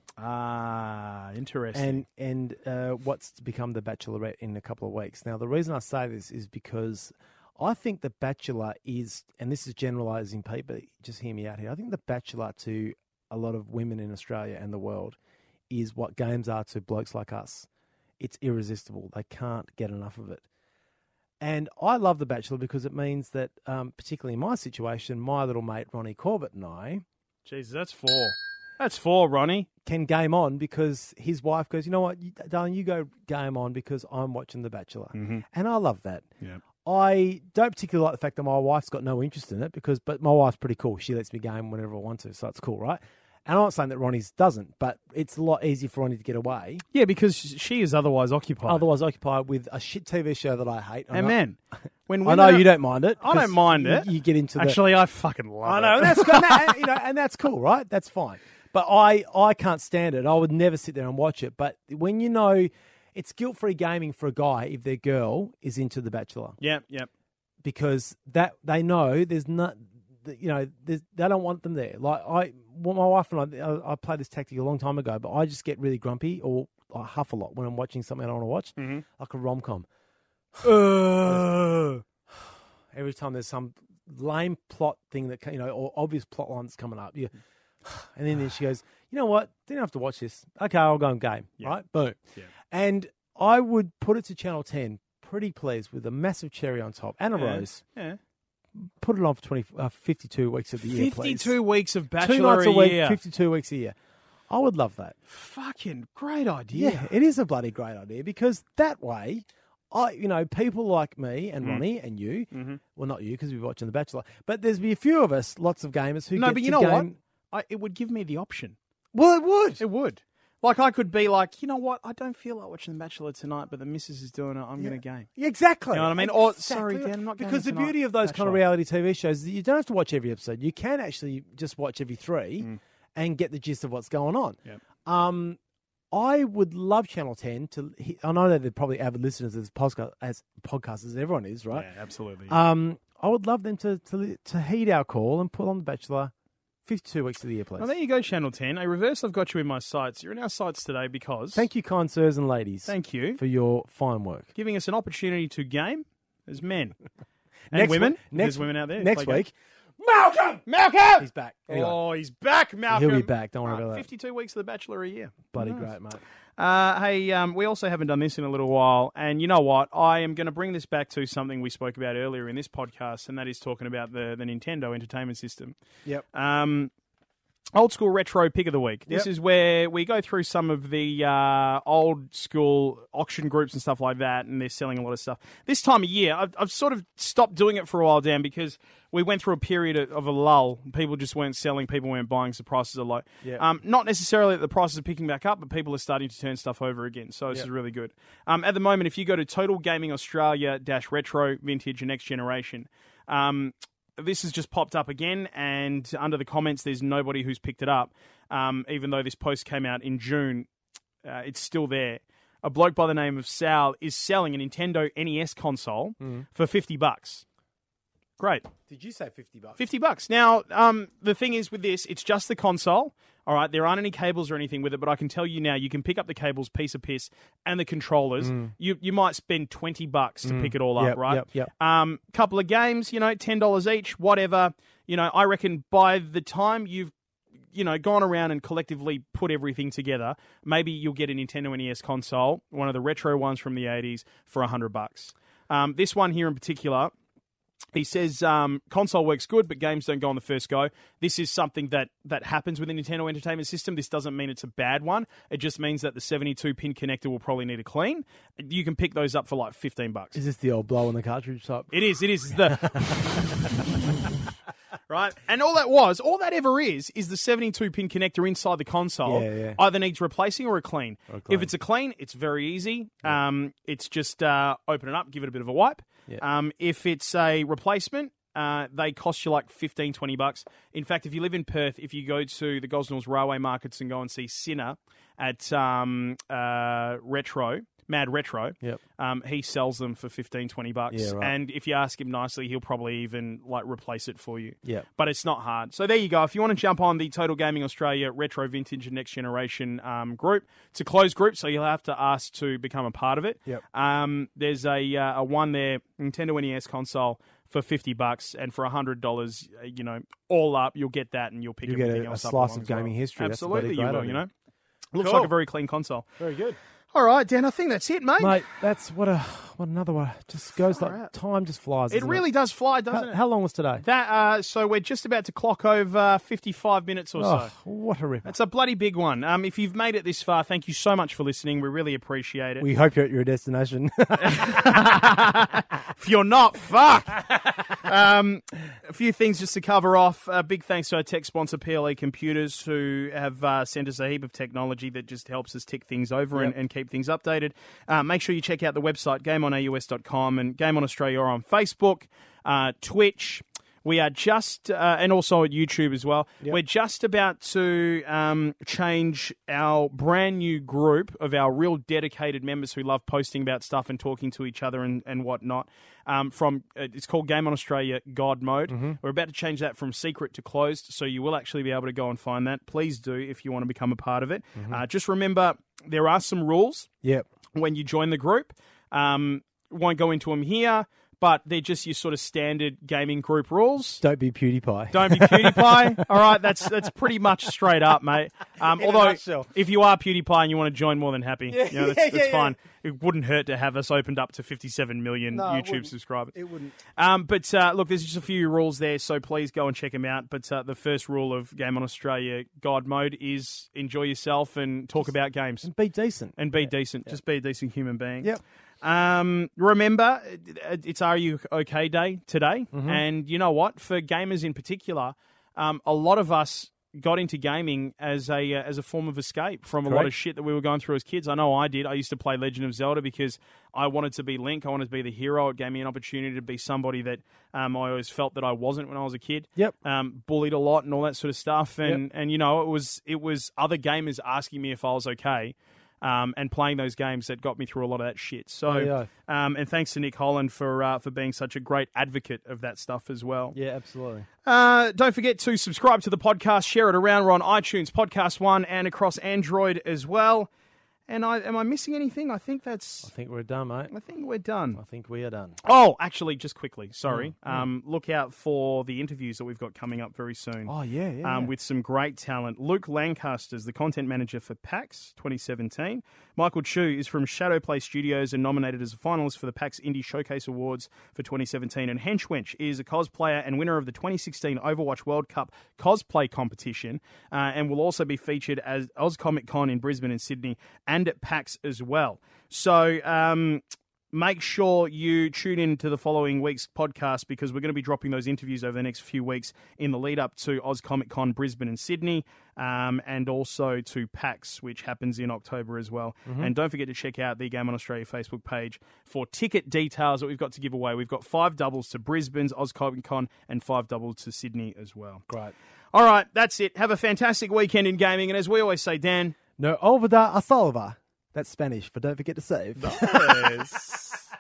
A: ah, interesting.
B: And, and uh, what's to become The Bachelorette in a couple of weeks. Now, the reason I say this is because I think The Bachelor is, and this is generalizing, Pete, but just hear me out here. I think The Bachelor to a lot of women in Australia and the world is what games are to blokes like us. It's irresistible. They can't get enough of it. And I love The Bachelor because it means that, um, particularly in my situation, my little mate Ronnie Corbett and I
A: Jesus, that's four. That's four, Ronnie.
B: can game on because his wife goes, you know what, you, darling, you go game on because I'm watching The Bachelor. And I love that.
A: Mm-hmm. Yeah.
B: I don't particularly like the fact that my wife's got no interest in it because, but my wife's pretty cool. She lets me game whenever I want to, so it's cool, right? And I'm not saying that Ronnie's doesn't, but it's a lot easier for Ronnie to get away.
A: Yeah, because she is otherwise occupied.
B: Otherwise, occupied with a shit TV show that I hate.
A: and
B: I-
A: man, when
B: I
A: women
B: know
A: are-
B: you don't mind it.
A: I don't
B: 'cause
A: mind
B: you-
A: it.
B: You get into the-
A: Actually, I fucking love
B: I know
A: it.
B: and that's good, and that- you know, and that's cool, right? That's fine. But I, I can't stand it. I would never sit there and watch it. But when you know, it's guilt free gaming for a guy if their girl is into The Bachelor
A: Yep, yep.
B: because that they know there's not, that, you know, there's, they don't want them there. Like I, well, my wife and I, I, I played this tactic a long time ago, but I just get really grumpy or I huff a lot when I'm watching something I don't want to watch, like a rom com. Every time there's some lame plot thing that ca- you know, or obvious plot line that's coming up, you, and then, then she goes, you know what? Didn't have to watch this. Okay, I'll go and game. Right, boom.
A: Yeah.
B: And I would put it to Channel Ten. Pretty pleased with a massive cherry on top and a rose.
A: Yeah.
B: Put it on for 20, uh, 52 weeks of the year, please.
A: Fifty-two weeks of bachelor
B: Two nights a week,
A: year.
B: 52 weeks a year. I would love that.
A: Fucking great idea.
B: Yeah, it is a bloody great idea because that way, I you know people like me
A: Mm.
B: and Ronnie and you,
A: Mm-hmm.
B: well not you because we're watching The Bachelor, but there's be a few of us, lots of gamers who
A: No,
B: get
A: but you know
B: to game.
A: what? I, it would give me the option.
B: Well, it would.
A: It would. Like I could be like, you know what? I don't feel like watching The Bachelor tonight, but the missus is doing it. I'm going to game.
B: Exactly.
A: You know what I mean? Or, sorry, Dan, I'm not going
B: Because the
A: tonight.
B: beauty of those
A: That's
B: kind of
A: right.
B: reality TV shows is that you don't have to watch every episode. You can actually just watch every three and get the gist of what's going on.
A: Mm. Yep.
B: Um, I would love Channel 10 to. he- I know that they're probably avid listeners of this podcast, as podcasts as everyone is, right?
A: Yeah, absolutely.
B: Um, I would love them to, to li- to heed our call and put on The Bachelor 52 weeks of the year, please.
A: Well, there you go, Channel 10. A reverse, I've got you in my sights. You're in our sights today because.
B: Thank you, kind sirs and ladies,
A: Thank you.
B: for your fine work.
A: giving us an opportunity to game as men and
B: Next
A: women.
B: week- next
A: There's women out there. who
B: Next
A: play
B: week,
A: games. Malcolm.
B: he's back. Anyway,
A: Oh, he's back, Malcolm.
B: He'll be back. Don't worry about that.
A: Fifty-two weeks of The Bachelor a year.
B: bloody
A: Who knows?
B: great, mate.
A: Uh, hey, um, we also haven't done this in a little while, and you know what? I am going to bring this back to something we spoke about earlier in this podcast, and that is talking about the the Nintendo Entertainment System.
B: Yep.
A: Um, old school retro pick of the week. This
B: Yep.
A: is where we go through some of the uh, old school auction groups and stuff like that, and they're selling a lot of stuff. This time of year, I've, I've sort of stopped doing it for a while, Dan, because we went through a period of, of a lull. People just weren't selling, people weren't buying, so prices are low.
B: Yep.
A: Um, not necessarily that the prices are picking back up, but people are starting to turn stuff over again. So this is really good. Um, at the moment, if you go to Total Gaming Australia dash retro, vintage, and next generation, um, this has just popped up again, and under the comments, there's nobody who's picked it up. Um, even though this post came out in June, uh, it's still there. A bloke by the name of Sal is selling a Nintendo NES console for 50 bucks. Great.
B: Did you say 50 bucks?
A: 50 bucks. Now, um, the thing is with this, it's just the console. All right, there aren't any cables or anything with it, but I can tell you now, you can pick up the cables, piece of piss, and the controllers. You you might spend twenty bucks to pick it all up,
B: Mm. Yep,
A: right?
B: yep, yep.
A: Um, couple of games, you know, ten dollars each, whatever. You know, I reckon by the time you've you know, gone around and collectively put everything together. Maybe you'll get a Nintendo NES console, one of the retro ones from the '80s, for hundred bucks. Um, this one here in particular, he says um, console works good, but games don't go on the first go. This is something that that happens with the Nintendo Entertainment System. This doesn't mean it's a bad one. It just means that the 72 pin connector will probably need a clean. You can pick those up for like 15 bucks.
B: Is this the old blow on the cartridge type?
A: It is. It is It's the right, and all that was, all that ever is, is the seventy-two pin connector inside the console.
B: Yeah, yeah.
A: Either needs replacing or a clean.
B: clean.
A: If it's a clean, it's very easy. Um, it's just uh, open it up, give it a bit of a wipe.
B: Yeah.
A: Um, if it's a replacement. Uh, they cost you like 15, 20 bucks. In fact, if you live in Perth, if you go to the Gosnells Railway Markets and go and see Sinner at um, uh, Retro, Mad Retro,
B: Yep.
A: um, he sells them for 15, 20 bucks.
B: Yeah, right.
A: And if you ask him nicely, he'll probably even like replace it for you.
B: Yeah.
A: But it's not hard. So there you go. If you want to jump on the Total Gaming Australia Retro Vintage and Next Generation um, group, it's a closed group, so you'll have to ask to become a part of it.
B: Yep.
A: Um, there's a, uh, a one there, Nintendo NES console for 50 bucks and for $100, uh, you know, all up, you'll get that and you'll pick
B: You'll get
A: everything
B: a- a
A: else up
B: slice
A: along
B: of
A: as well.
B: gaming history. That's bloody
A: Absolutely, you
B: great
A: will,
B: idea.
A: you know. Looks
B: Cool.
A: like a very clean console.
B: Very good.
A: All right, Dan, I think that's it, mate.
B: Mate, that's what a what another one. Just goes like time just flies.
A: It
B: doesn't
A: really does fly, doesn't
B: How,
A: it?
B: how long was today?
A: That uh, so we're just about to clock over fifty-five minutes or
B: oh,
A: so.
B: what a rip.
A: That's a bloody big one. Um, if you've made it this far, thank you so much for listening. We really appreciate it.
B: We hope you're at your destination.
A: if you're not, fuck. um, a few things just to cover off. Uh, big thanks to our tech sponsor, PLE Computers, who have uh, sent us a heap of technology that just helps us tick things over and, and keep things updated. Uh, make sure you check out the website, gameonaus.com, and Game On Australia are on Facebook, uh, Twitch. We are just, uh, and also at YouTube as well. We're just about to um, change our brand new group of our real dedicated members who love posting about stuff and talking to each other and, and whatnot. Um, from uh, it's called Game on Australia God Mode. We're about to change that from secret to closed, so you will actually be able to go and find that. Please do if you want to become a part of it. Uh, just remember there are some rules
B: yep.
A: when you join the group. Um, won't go into them here, but they're just your sort of standard gaming group rules.
B: Don't be PewDiePie.
A: Don't be PewDiePie. All right, that's that's pretty much straight up, mate. Um,
B: In a
A: although,
B: nutshell.
A: if you are PewDiePie and you want to join, more than happy. Yeah, you know, that's,
B: yeah,
A: that's
B: yeah,
A: fine. It wouldn't hurt to have us opened up to 57 million
B: it
A: YouTube
B: wouldn't.
A: subscribers.
B: It wouldn't.
A: Um, but uh, look, there's just a few rules there, so please go and check them out. But uh, the first rule of Game on Australia God Mode is enjoy yourself and talk about games
B: Be decent.
A: and be decent. Just be a decent human being.
B: Yep.
A: Um, remember, it- it's Are You
B: Mm-hmm.
A: OK Day today, and you know what? For gamers in particular, um, a lot of us got into gaming as a uh, as a form of escape from a lot of
B: Correct.
A: shit that we were going through as kids. I know I did. I used to play Legend of Zelda because I wanted to be Link. I wanted to be the hero. It gave me an opportunity to be somebody that um, I always felt that I wasn't when I was a kid.
B: Yep.
A: Um, bullied a lot and all that sort of stuff. And and you know it was it was other gamers asking me if I was okay. Um, and playing those games that got me through a lot of that shit. So,
B: yeah.
A: um, and thanks to Nick Holland for uh, for being such a great advocate of that stuff as well.
B: Yeah, absolutely.
A: Uh, don't forget to subscribe to the podcast, share it around. We're on iTunes, Podcast One, and across Android as well. And I am I missing anything? I think that's.
B: I think we're done, mate.
A: I think we're done.
B: I think we are done.
A: Oh, actually, just quickly, sorry.
B: Mm,
A: Um, look out for the interviews that we've got coming up very soon.
B: Oh, yeah, yeah.
A: Um, with some great talent. Luke Lancaster's the content manager for PAX 2017. Michael Chu is from Shadowplay Studios and nominated as a finalist for the PAX Indie Showcase Awards for 2017. And Hench Wench is a cosplayer and winner of the 2016 Overwatch World Cup cosplay competition uh, and will also be featured as Oz Comic Con in Brisbane and Sydney and at PAX as well. So, um, make sure you tune in to the following week's podcast because we're going to be dropping those interviews over the next few weeks in the lead up to Oz Comic Con Brisbane and Sydney, um, and also to PAX, which happens in October as well. And don't forget to check out the Game on Australia Facebook page for ticket details that we've got to give away. We've got five doubles to Brisbane's Oz Comic Con and five doubles to Sydney as well.
B: Great.
A: All right, that's it. Have a fantastic weekend in gaming, and as we always say, Dan.
B: No, olvidar a salva. That's Spanish, but don't forget to save.
A: Yes.